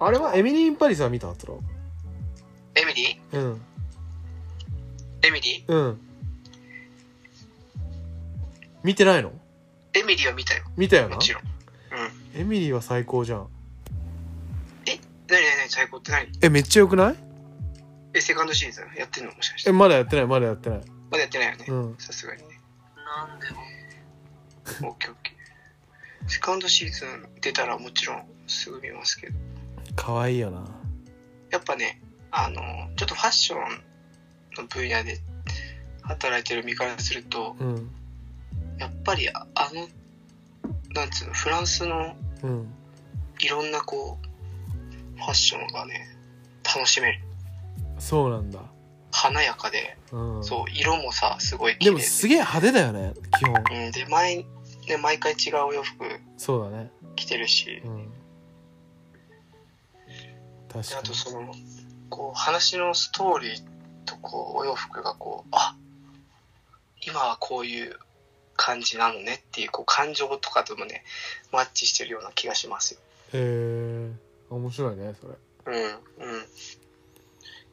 S1: なあれはエミリー・イン・パリスは見たあつろ
S2: エミリ
S1: うん
S2: ーエミリ
S1: うん見てないの
S2: ーエミリーは見たよ
S1: 見たよな
S2: もちろんうん
S1: エミリーは最高じゃん
S2: え何何何最高って何
S1: えめっちゃよくない
S2: えセカンドシーズンやってんのもしかして
S1: えまだやってないまだやってない
S2: まだやってないよね
S1: うん
S2: さすがにねなんでもオッケーオッケーセカンドシーズン出たらもちろんすぐ見ますけど
S1: 可愛いよな
S2: やっぱねあのちょっとファッションの分野で働いてる身からすると
S1: うん
S2: やっぱりああのなんつうのフランスの
S1: うん
S2: いろんなこうファッションがね楽しめる
S1: そうなんだ
S2: 華やかで
S1: うん
S2: そう色もさすごい綺
S1: で
S2: 麗
S1: もすげえ派手だよね基本
S2: うん、で毎,、ね、毎回違うお洋服
S1: そうだね
S2: 着てるし
S1: うん確か
S2: であ
S1: に
S2: とそのこう話のストーリーとこうお洋服がこうあ今はこういう感じなのねっていうこう感情とかともねマッチしてるような気がしますよ
S1: へえ面白いねそれ
S2: うんうん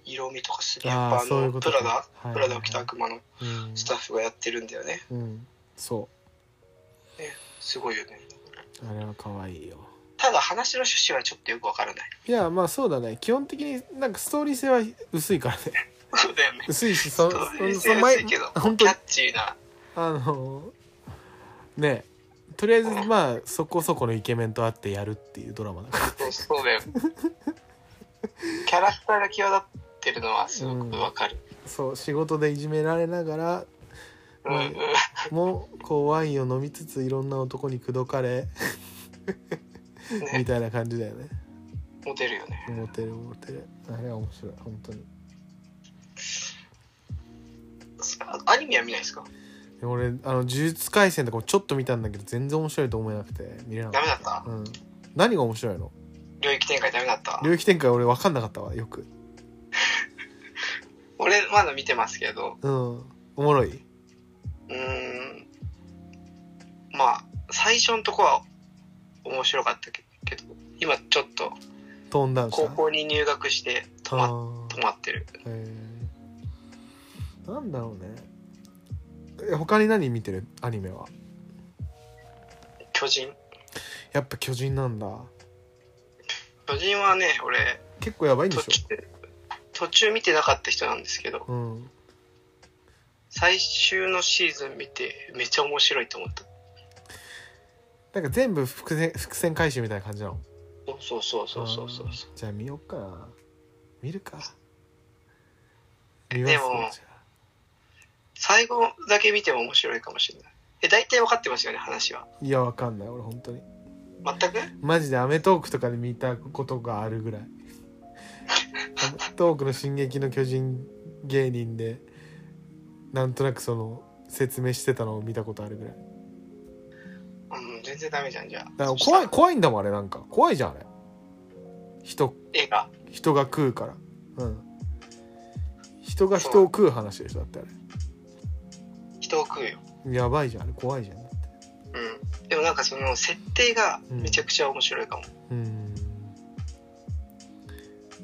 S2: 色味とかすげえやっ
S1: あ
S2: ぱ
S1: あ
S2: あ
S1: そういう
S2: の
S1: こと
S2: プ
S1: か
S2: ラダ
S1: はい
S2: プラダを着た悪魔の
S1: うん
S2: スタッフがやってるんだよね
S1: うんそ
S2: すごいよね
S1: うあれは可愛いよ
S2: ただ話の趣旨はちょっとよくわからない
S1: いやまあそうだね基本的になんかストーリー性は薄いから ね
S2: そうだよね
S1: 薄いし
S2: ち
S1: そ
S2: ょっと
S1: そ
S2: 冷
S1: そ
S2: 静
S1: 前
S2: だけど
S1: 本
S2: キ
S1: 当に
S2: ャッチーな
S1: あのねとりあえずまあそこそこのイケメンと会ってやるっていうドラマだから
S2: そうそうだよキャラクターが際立ってるのはすごくわかる、
S1: そう仕事でいじめられながら
S2: うんうん
S1: うんもこうワインを飲みつついろんな男に口説かれみ
S2: ね
S1: たいな感じだよね
S2: モテるよね
S1: モテるモテるあれは面白い本当に
S2: あアニメは見ないですか
S1: で俺あの呪術廻戦とかもちょっと見たんだけど全然面白いと思えなくて見れなか
S2: ダ
S1: っ
S2: メだった
S1: た、うん、何が面白いの
S2: 領域展開ダメだった
S1: 領域展開俺分かんなかったわよく
S2: 俺まだ見てますけど
S1: うんおもろいう
S2: ーんまあ最初のとこは面白かったけけど今ちょっと
S1: トーンダウンし
S2: 高
S1: た
S2: 校に入学して止ま
S1: あー
S2: 止まってる
S1: へえなんだろうねえ他に何見てるアニメは
S2: 巨人
S1: やっぱ巨人なんだ
S2: 巨人はね俺
S1: 結構やばいんで
S2: 途
S1: し
S2: 中途中見てなかった人なんですけど
S1: ょうん
S2: 最終のシーズン見てめっちゃ面白いと思った
S1: なんか全部伏線伏線回収みたいな感じなの
S2: そうそうそうそうそうそう
S1: あーじゃあ見よっかな見るか見
S2: も
S1: ますよじゃ
S2: 最後だけ見ても面白いかもしれないえ大体分かってますよね話は
S1: あいやわかんない俺本当に
S2: 全く
S1: マジで『アメトーーク』とかで見たことがあるぐらいトークの「進撃の巨人」芸人でなんとなくその説明してたのを見たことあるぐらい
S2: うん、全然ダメじゃん、じゃあ。
S1: だから怖い怖いんだもんあれなんか怖いじゃんあれ人
S2: 映画。
S1: 人が食うからうん人が人を食う話でしょだってあ
S2: 人を食うよ。
S1: れやばいじゃんあれ怖いじゃんだって
S2: うん。でもなんかその、設定がめちゃくちゃ面白いかも。
S1: うーん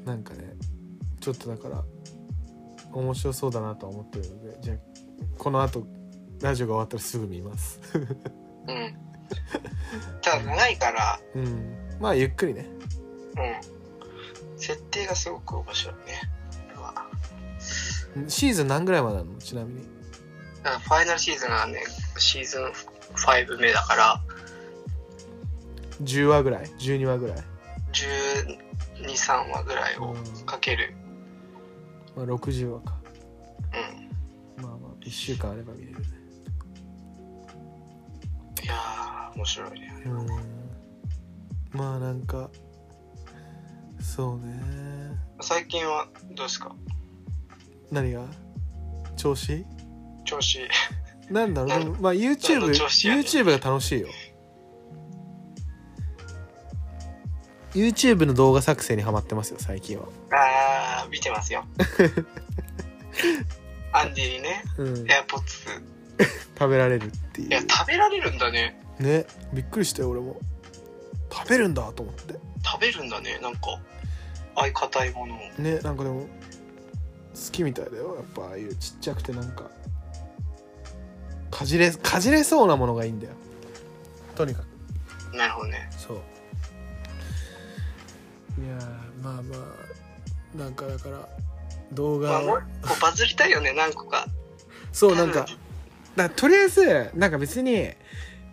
S1: なんかねちょっとだから面白そうだなとは思ってるのでじゃあこのあとラジオが終わったらすぐ見ます
S2: うん。 ただ長いから、
S1: うんまあゆっくりね
S2: うん。設定がすごく面白いね。これは
S1: シーズン何ぐらいまであるのちなみに
S2: だからファイナルシーズンはね、シーズン5目だから、
S1: 10話ぐらい12話ぐらい、
S2: 12、3話ぐらいをかける。
S1: まあ、60話か
S2: うん。
S1: まあまあ1週間あれば見れるね
S2: いやー、面白いね。
S1: うんまあなんかそうね
S2: 最近はどうですか
S1: 何が調子
S2: 調子い い。
S1: なんだろう、でもまあ YouTube、
S2: どんどん調子やね
S1: YouTube が楽しいよ。YouTube の動画作成にハマってますよ、最近は。
S2: あー、見 てますよ。アンディにね、
S1: うん
S2: エ。アポッツ。
S1: 食べられるってい
S2: いや、
S1: う。
S2: 食べられるんだね。
S1: ね、びっくりしたよ、俺も。食べるんだと思って。
S2: 食べるんだね、なんか。ああいう硬いものを。
S1: ね、なんかでも、好きみたいだよ。やっぱ、ああいうちっちゃくてなんか、かじれ、かじれそうなものがいいんだよ。とにかく。
S2: なるほどね。
S1: そういやーまあまあなんかだから動
S2: ま
S1: 画
S2: あ、もうこうバズりたいよね、何個か。
S1: そうなんかだからとりあえずなんか別に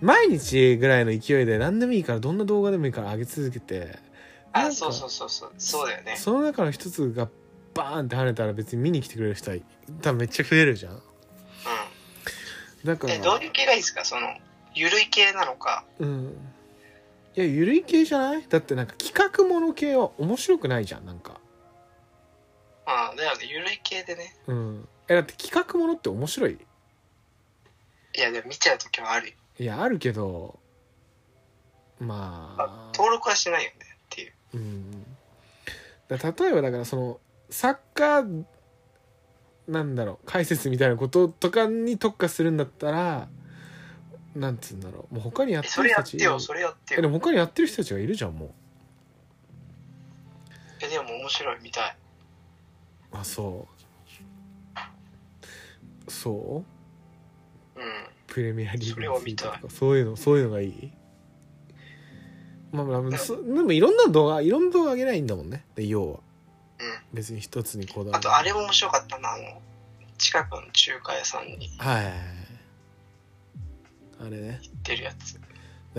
S1: 毎日ぐらいの勢いで何でもいいからどんな動画でもいいから上げ続けてなん
S2: あ、
S1: か
S2: そうそうそうそう。そうだよね。
S1: その中の一つがバーンって跳ねたら別に見に来てくれる人は多分めっちゃ増えるじゃんだ
S2: う
S1: か
S2: ん。
S1: ら
S2: え、どういう系がいいですかその、ゆるい系なのか。
S1: うんいやゆるい系じゃないだってなんか企画もの系は面白くないじゃんなんか
S2: ああ、だよね、ゆるい系でね。
S1: うんえだって企画ものって面白い
S2: いや、でも見ちゃう時もあるよ。
S1: いやあるけどまあ
S2: 登録はしてないよね、っていう。
S1: うんだ例えばだからそのサッカーなんだろう解説みたいなこととかに特化するんだったらなんつうんだろうもう他にやっ
S2: え、
S1: て
S2: そ
S1: る
S2: れ
S1: 人
S2: や
S1: た
S2: って
S1: ち
S2: よ、それやって
S1: えで
S2: よ。
S1: も他にやってる人たちがいるじゃんもう
S2: え、でも面白い、みたい。
S1: あそうそう
S2: うん。
S1: プレミアリーグ
S2: それは見たい
S1: についてとかそういうのそういうのがいいまあまあまあそでもいろんな動画いろんな動画上げないいんだもんねで要は
S2: うん。
S1: 別に一つにこだわ
S2: あ
S1: る
S2: とあれも面白かったなあの近くの中華屋さんに
S1: はいあれね
S2: 行ってるやつ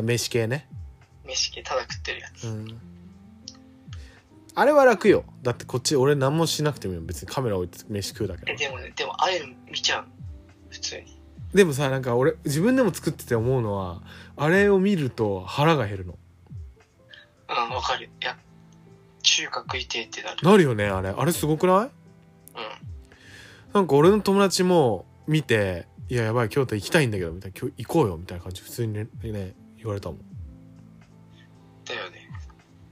S1: 飯系ね
S2: 飯系ただ食ってるやつ、
S1: うんあれは楽よだってこっち俺何もしなくてもいいよ別にカメラ置いて飯食うだけだ
S2: え
S1: か
S2: でもねでもああいうの見ちゃう普通に
S1: らでもさなんか俺自分でも作ってて思うのはあれを見ると腹が減るの
S2: うんわかるいや中華食いてえってなる
S1: なるよねあれあれすごくない
S2: うん
S1: なんか俺の友達も見て「いややばい京都行きたいんだけど」みたいな「今日行こうよ」みたいな感じ普通にねね言われたもん
S2: だよね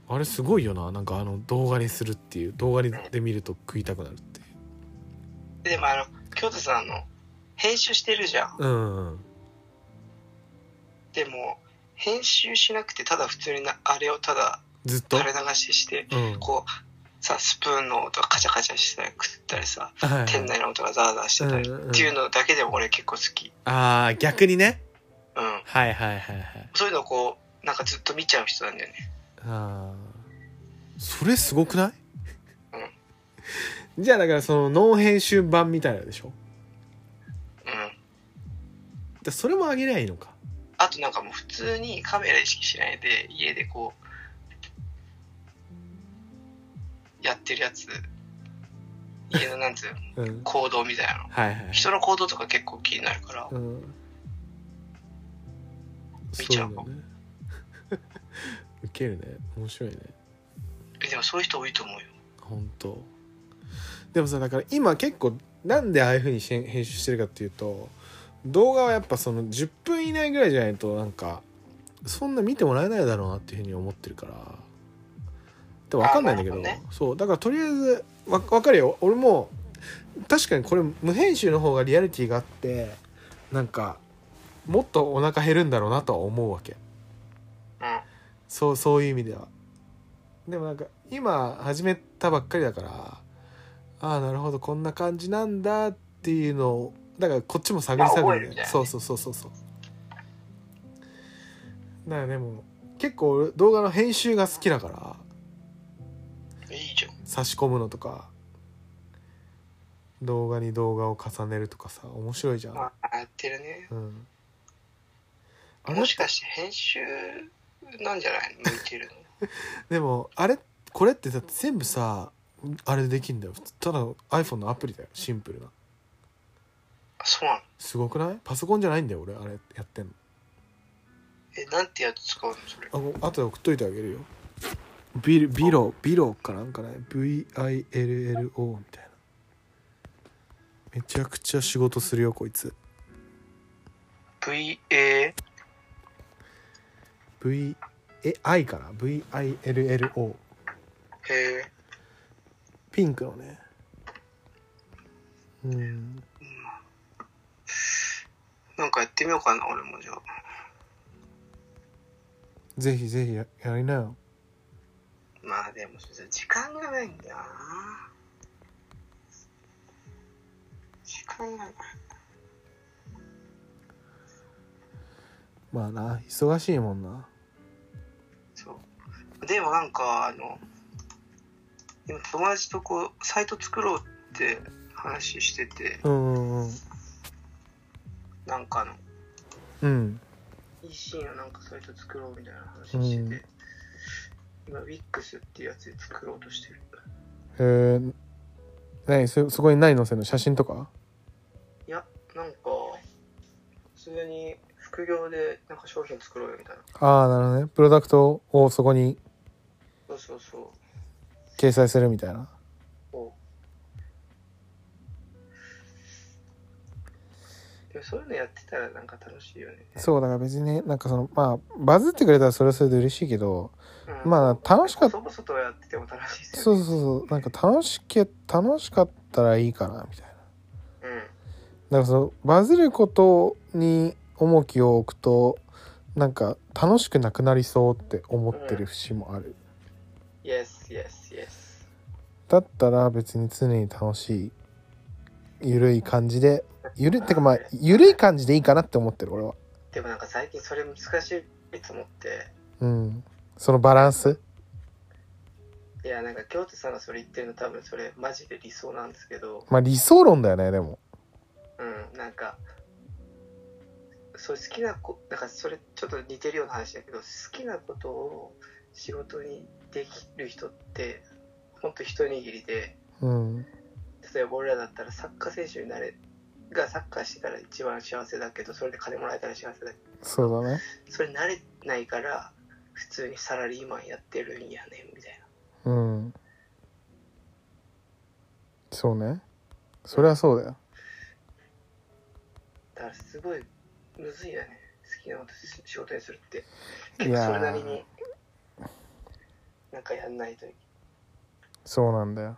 S1: あれすごいよななんかあの動画にするっていう動画にで見ると食いたくなるっていう
S2: でもあの京都さんあの編集してるじゃん
S1: うんうん
S2: でも編集しなくてただ普通になあれをただ
S1: ずっと
S2: 垂れ流しして
S1: うん
S2: こうさスプーンの音がカチャカチャしてたり食ったりさ
S1: はい
S2: 店内の音がザーザーしてたり
S1: うんうん
S2: っていうのだけでも俺結構好き
S1: ああ逆にね
S2: うん
S1: はいはいはいはい
S2: そういうのをこう、なんかずっと見ちゃう人なんだよね。
S1: あーそれすごくない
S2: うん
S1: じゃあだからそのノン編集版みたいなのでしょ
S2: うん。
S1: でそれもあげりゃいいのか
S2: あとなんかもう普通にカメラ意識しないで、家でこう、やってるやつ、家のなんつうの、
S1: うん
S2: 行動みたいなの。
S1: はいはい
S2: 人の行動とか結構気になるから、
S1: うん
S2: 見ちゃう
S1: そうだね ウケるね面白いね
S2: えでもそういう人多いと思うよ。
S1: 本当でもさだから今結構なんでああいう風に編編集してるかっていうと動画はやっぱその10分以内ぐらいじゃないとなんかそんな見てもらえないだろうなっていう風に思ってるからでも分かんないんだけど
S2: あなるほ
S1: そうだからとりあえずわ分かるよ俺も確かにこれ無編集の方がリアリティがあってなんかもっとお腹減るんだろうなとは思うわけ
S2: うん
S1: そうそういう意味ではでもなんか今始めたばっかりだからああなるほどこんな感じなんだっていうのをだからこっちも探り探
S2: まあ覚える
S1: り
S2: み
S1: で、
S2: たいなね
S1: そうそうそうそうそうだからでも結構俺動画の編集が好きだから
S2: いいじゃん
S1: 差し込むのとか動画に動画を重ねるとかさ面白いじゃん
S2: まあやってるね
S1: うんあれ
S2: もしかして編集なんじゃないの向いてるの
S1: でもあれこれってだって全部さあれでできんだよ普通ただの iPhone のアプリだよシンプルな
S2: あそうなの
S1: すごくないパソコンじゃないんだよ俺あれやってんの
S2: えなんてやつ使うのそれ
S1: あもう後で送っといてあげるよビルビロビロかなんかね VILLO みたいなめちゃくちゃ仕事するよこいつ
S2: VA
S1: V え I かな VILLO
S2: え
S1: ピンクのねうん
S2: なんかやってみようかな俺もじゃあ
S1: ぜひぜひややりなよ
S2: まあでもそれ時間がないんだよな時間がない
S1: まあな忙しいもんな
S2: そうでもなんかあの今友達とこうサイト作ろうって話してて
S1: うんうんうん
S2: なんかあの
S1: うん
S2: EC のなんかサイト作ろうみたいな話してて、今 WIX っていうやつで作ろうとしてる
S1: えー、何そそこに何載せるの写真とか
S2: いやなんか普通に副業でなんか商品作ろうよみたいな
S1: ああなるほどねプロダクトをそこに
S2: そうそうそう
S1: 掲載するみたいな
S2: でもそういうのやってたらなんか楽しいよね。
S1: そうだから別にねなんかそのまあバズってくれたらそれはそれで嬉しいけど
S2: うん
S1: まあ楽しかった
S2: 細々とやってても楽しいです
S1: そ
S2: よ
S1: う
S2: ね。
S1: そうそうなんか楽しけ楽しかったらいいかなみたいなだからそのバズることに重きを置くとなんか楽しくなくなりそうって思ってる節もある
S2: うん。Yes, yes, yes.
S1: だったら別に常に楽しいゆるい感じでゆるってかまあゆるい感じでいいかなって思ってる俺は
S2: でもなんか最近それ難しいと思って、
S1: うんそのバランス
S2: いやなんか京都さんがそれ言ってるの多分それマジで理想なんですけど、
S1: まあ理想論だよねでも
S2: うん、なんか、そう好きなこ、なんかそれちょっと似てるような話だけど、好きなことを仕事にできる人って、ほんと一握りで、
S1: うん
S2: 例えば俺らだったらサッカー選手になれがサッカーしてたら一番幸せだけどそれで金もらえたら幸せだけど
S1: そうだね
S2: それ慣れないから普通にサラリーマンやってるんやねんみたいな
S1: うんそうねそれはそうだよ
S2: だからすごいむずいよね好きなことし仕事にするって
S1: いやー
S2: それなりになんかやんないとい
S1: そうなんだよ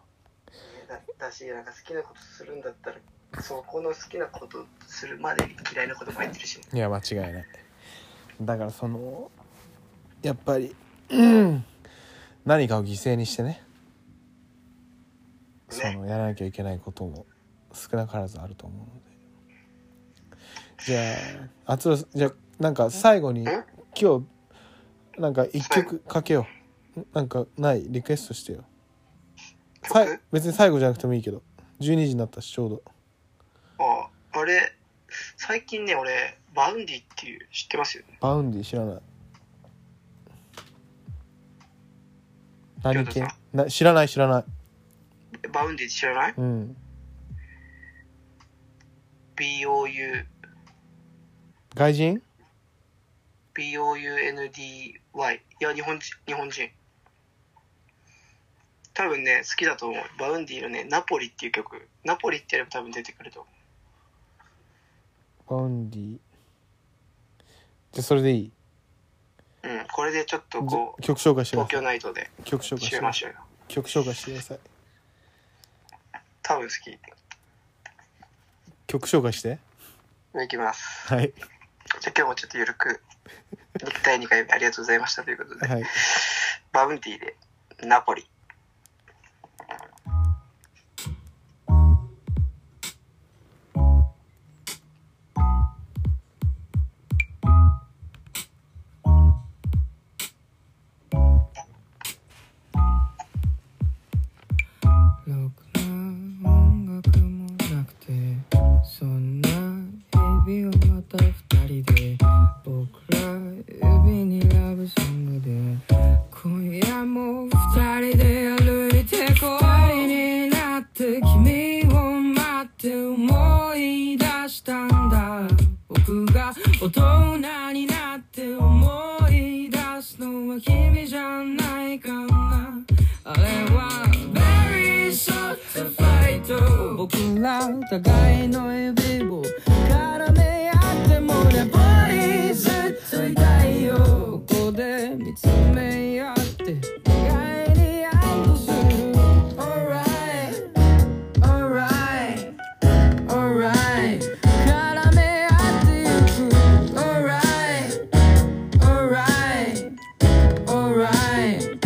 S2: けないだだしなんか好きなことするんだったらそこの好きなことするまでに嫌いなことも入ってるし、ね、
S1: いや間違いないだからそのやっぱり、うん、何かを犠牲にしてねそのやらなきゃいけないことも少なからずあると思うのでじゃああつろじゃあなんか最後に
S2: ん
S1: 今日なんか一曲かけようんなんかないリクエストしてよさい
S2: 曲
S1: 別に最後じゃなくてもいいけど12時になったしちょうど
S2: あああれ最近ね俺バウンディっていう知ってますよね
S1: バウンディ知らない
S2: り
S1: 何
S2: がとうござい
S1: 系
S2: ます
S1: な知らない知らない
S2: バウンディ知らない
S1: うん
S2: ?BOU、
S1: 外人
S2: BOUNDY。いや、日本人、日本人。多分ね、好きだと思う。バウンディのね、ナポリっていう曲。ナポリってやれば多分出てくると思。
S1: バウンディじゃあそれでいいう
S2: うん、これでちょっと
S1: じゃ
S2: こう、
S1: 曲紹介してくだ
S2: 東
S1: さ
S2: 京
S1: い
S2: ナイトで
S1: 曲紹介
S2: 締
S1: して
S2: め
S1: くだ
S2: ま
S1: さい
S2: しょうよ。
S1: 曲紹介してください
S2: 多分好き。
S1: 曲紹介して
S2: いきます。
S1: はい
S2: じゃあ今日もちょっとゆるく、1回2回目ありがとうございましたということで、
S1: はい
S2: バウンディで、ナポリ。
S3: ろくな音楽もなくてそんな日々をまた二人で僕ら指にラブソングで今夜も二人で歩いてこう二人になって君を待って思い出したんだ僕が大人になって思い出すのは君じゃないかなあれは Very soft fight 僕ら互いの指を絡め合ってもねボディずっと痛いよここで見つめ合って互いに愛とする Alright Alright Alright 絡め合ってゆく Alright Alright Alright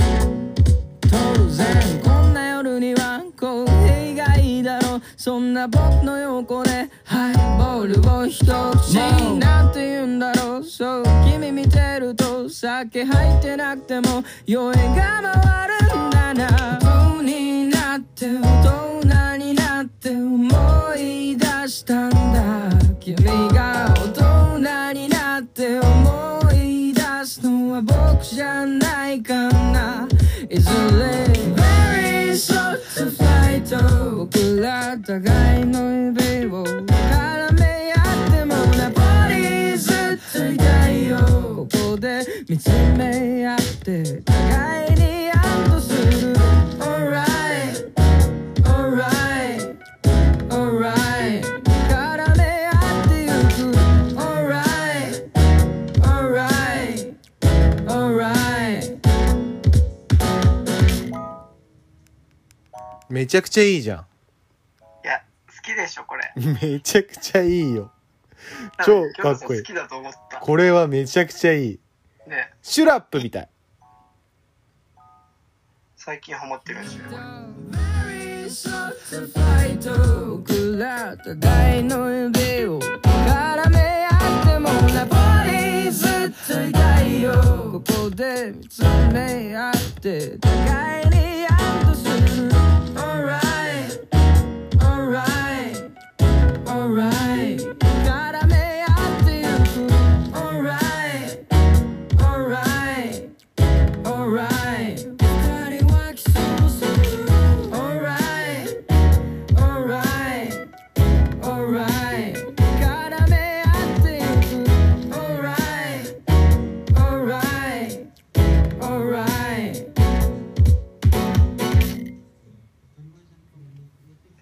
S3: 当然こんな夜にはコーヒーがいいだろうそんな僕の横でハイボールを一口なんて言うんだろうそう君見てると酒入ってなくても酔いが回るんだな風になって大人になって思い出したんだ君が大人になって思い出すのは僕じゃないかないずれ Very soft fight 僕ら互いの指を絡め合ってもなボディずっと痛いよここで見つめ合って互いにアウトする Alright Alright Alright 絡め合ってゆく Alright Alright Alright
S1: めちゃくちゃいいじゃ
S2: いや、好きでしょ、これ。
S1: んめちゃくちゃいいよ超かっこいい
S2: 多分京子さん好きだと思った。
S1: これはめちゃくちゃいい
S2: ね、
S1: シュラップみたい
S2: 最近ハマってるんですよ。
S3: 僕ら互いの指を絡め合ってもなボディずっと痛いよここで見つめ合って互いにアウトする Alright Alright Alright 絡め合ってゆく Alright Alright Alright. Everybody walks so slow. Alright. Alright. Alright. Gotta be acting. Alright. Alright. Alright.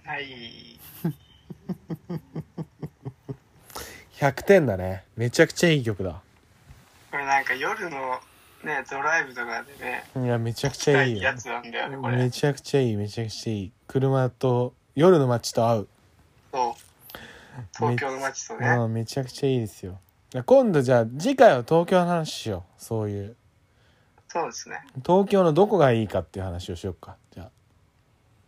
S2: はい。
S1: 100点だねめちゃくちゃいい曲だ
S2: これなんか夜のね、ドライブとかでね、
S1: いやめちゃくちゃ
S2: た
S1: いい
S2: い
S1: よ
S2: やつなんだよね、こ
S1: め
S2: れ。
S1: ちゃくちゃいいめちゃくちゃいい車と夜の街と合う
S2: そう。東京の街とね。
S1: うんめちゃくちゃいいですよ今度じゃあ次回は東京の話しようそういう
S2: そうですね。
S1: 東京のどこがいいかっていう話をしようかじゃ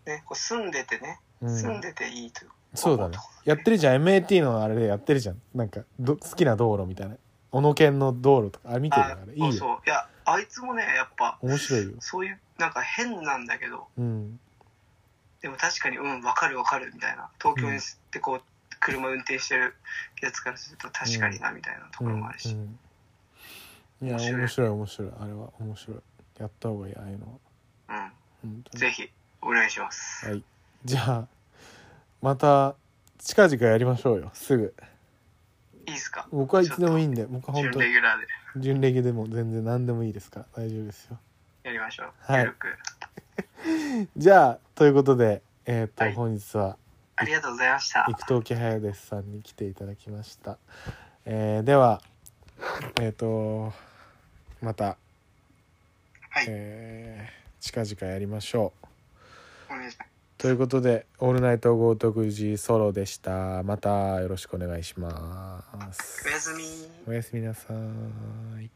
S1: あ
S2: ね、こう住んでてね、
S1: うん
S2: 住んでていいと。
S1: そうだねやってるじゃん MAT のあれでやってるじゃんなんかど好きな道路みたいな小野県の道路とかあれ見てる
S2: あ
S1: からいい
S2: そう
S1: よ
S2: そう。いや、あいつもね、やっぱ、
S1: 面白いよ
S2: そういう、なんか変なんだけど、
S1: うん
S2: でも確かに、うん、わかるわかるみたいな。東京にすってこう、車運転してるやつからすると、確かにな、みたいなとこ
S1: う
S2: ろ
S1: ん
S2: もあるし。
S1: うんいや
S2: 面白い
S1: 面白い面白いあれは面白いやった方がいいああいうのは
S2: うん。
S1: 本当に
S2: ぜひ、お願いします。
S1: はいじゃあまた近々やりましょうよすぐ
S2: いいですか
S1: 僕はいつでもいい
S2: ち
S1: んで僕は
S2: ょっ
S1: 本当
S2: と準レギュラーで
S1: 純レギュでも全然何でもいいですから大丈夫ですよ
S2: やりましょう。
S1: はい
S2: ゆるく。
S1: じゃあということで、えーと
S2: はい
S1: 本日は
S2: ありがとうございました。
S1: 生藤家早ですさんに来ていただきました、えーではえっ、とまた、
S2: はい
S1: えー近々やりましょう
S2: お願いします。
S1: ということで「オールナイト豪徳寺ソロ」でしたまたよろしくお願いしま
S2: お
S1: す
S2: やすみ。
S1: おやすみなさーい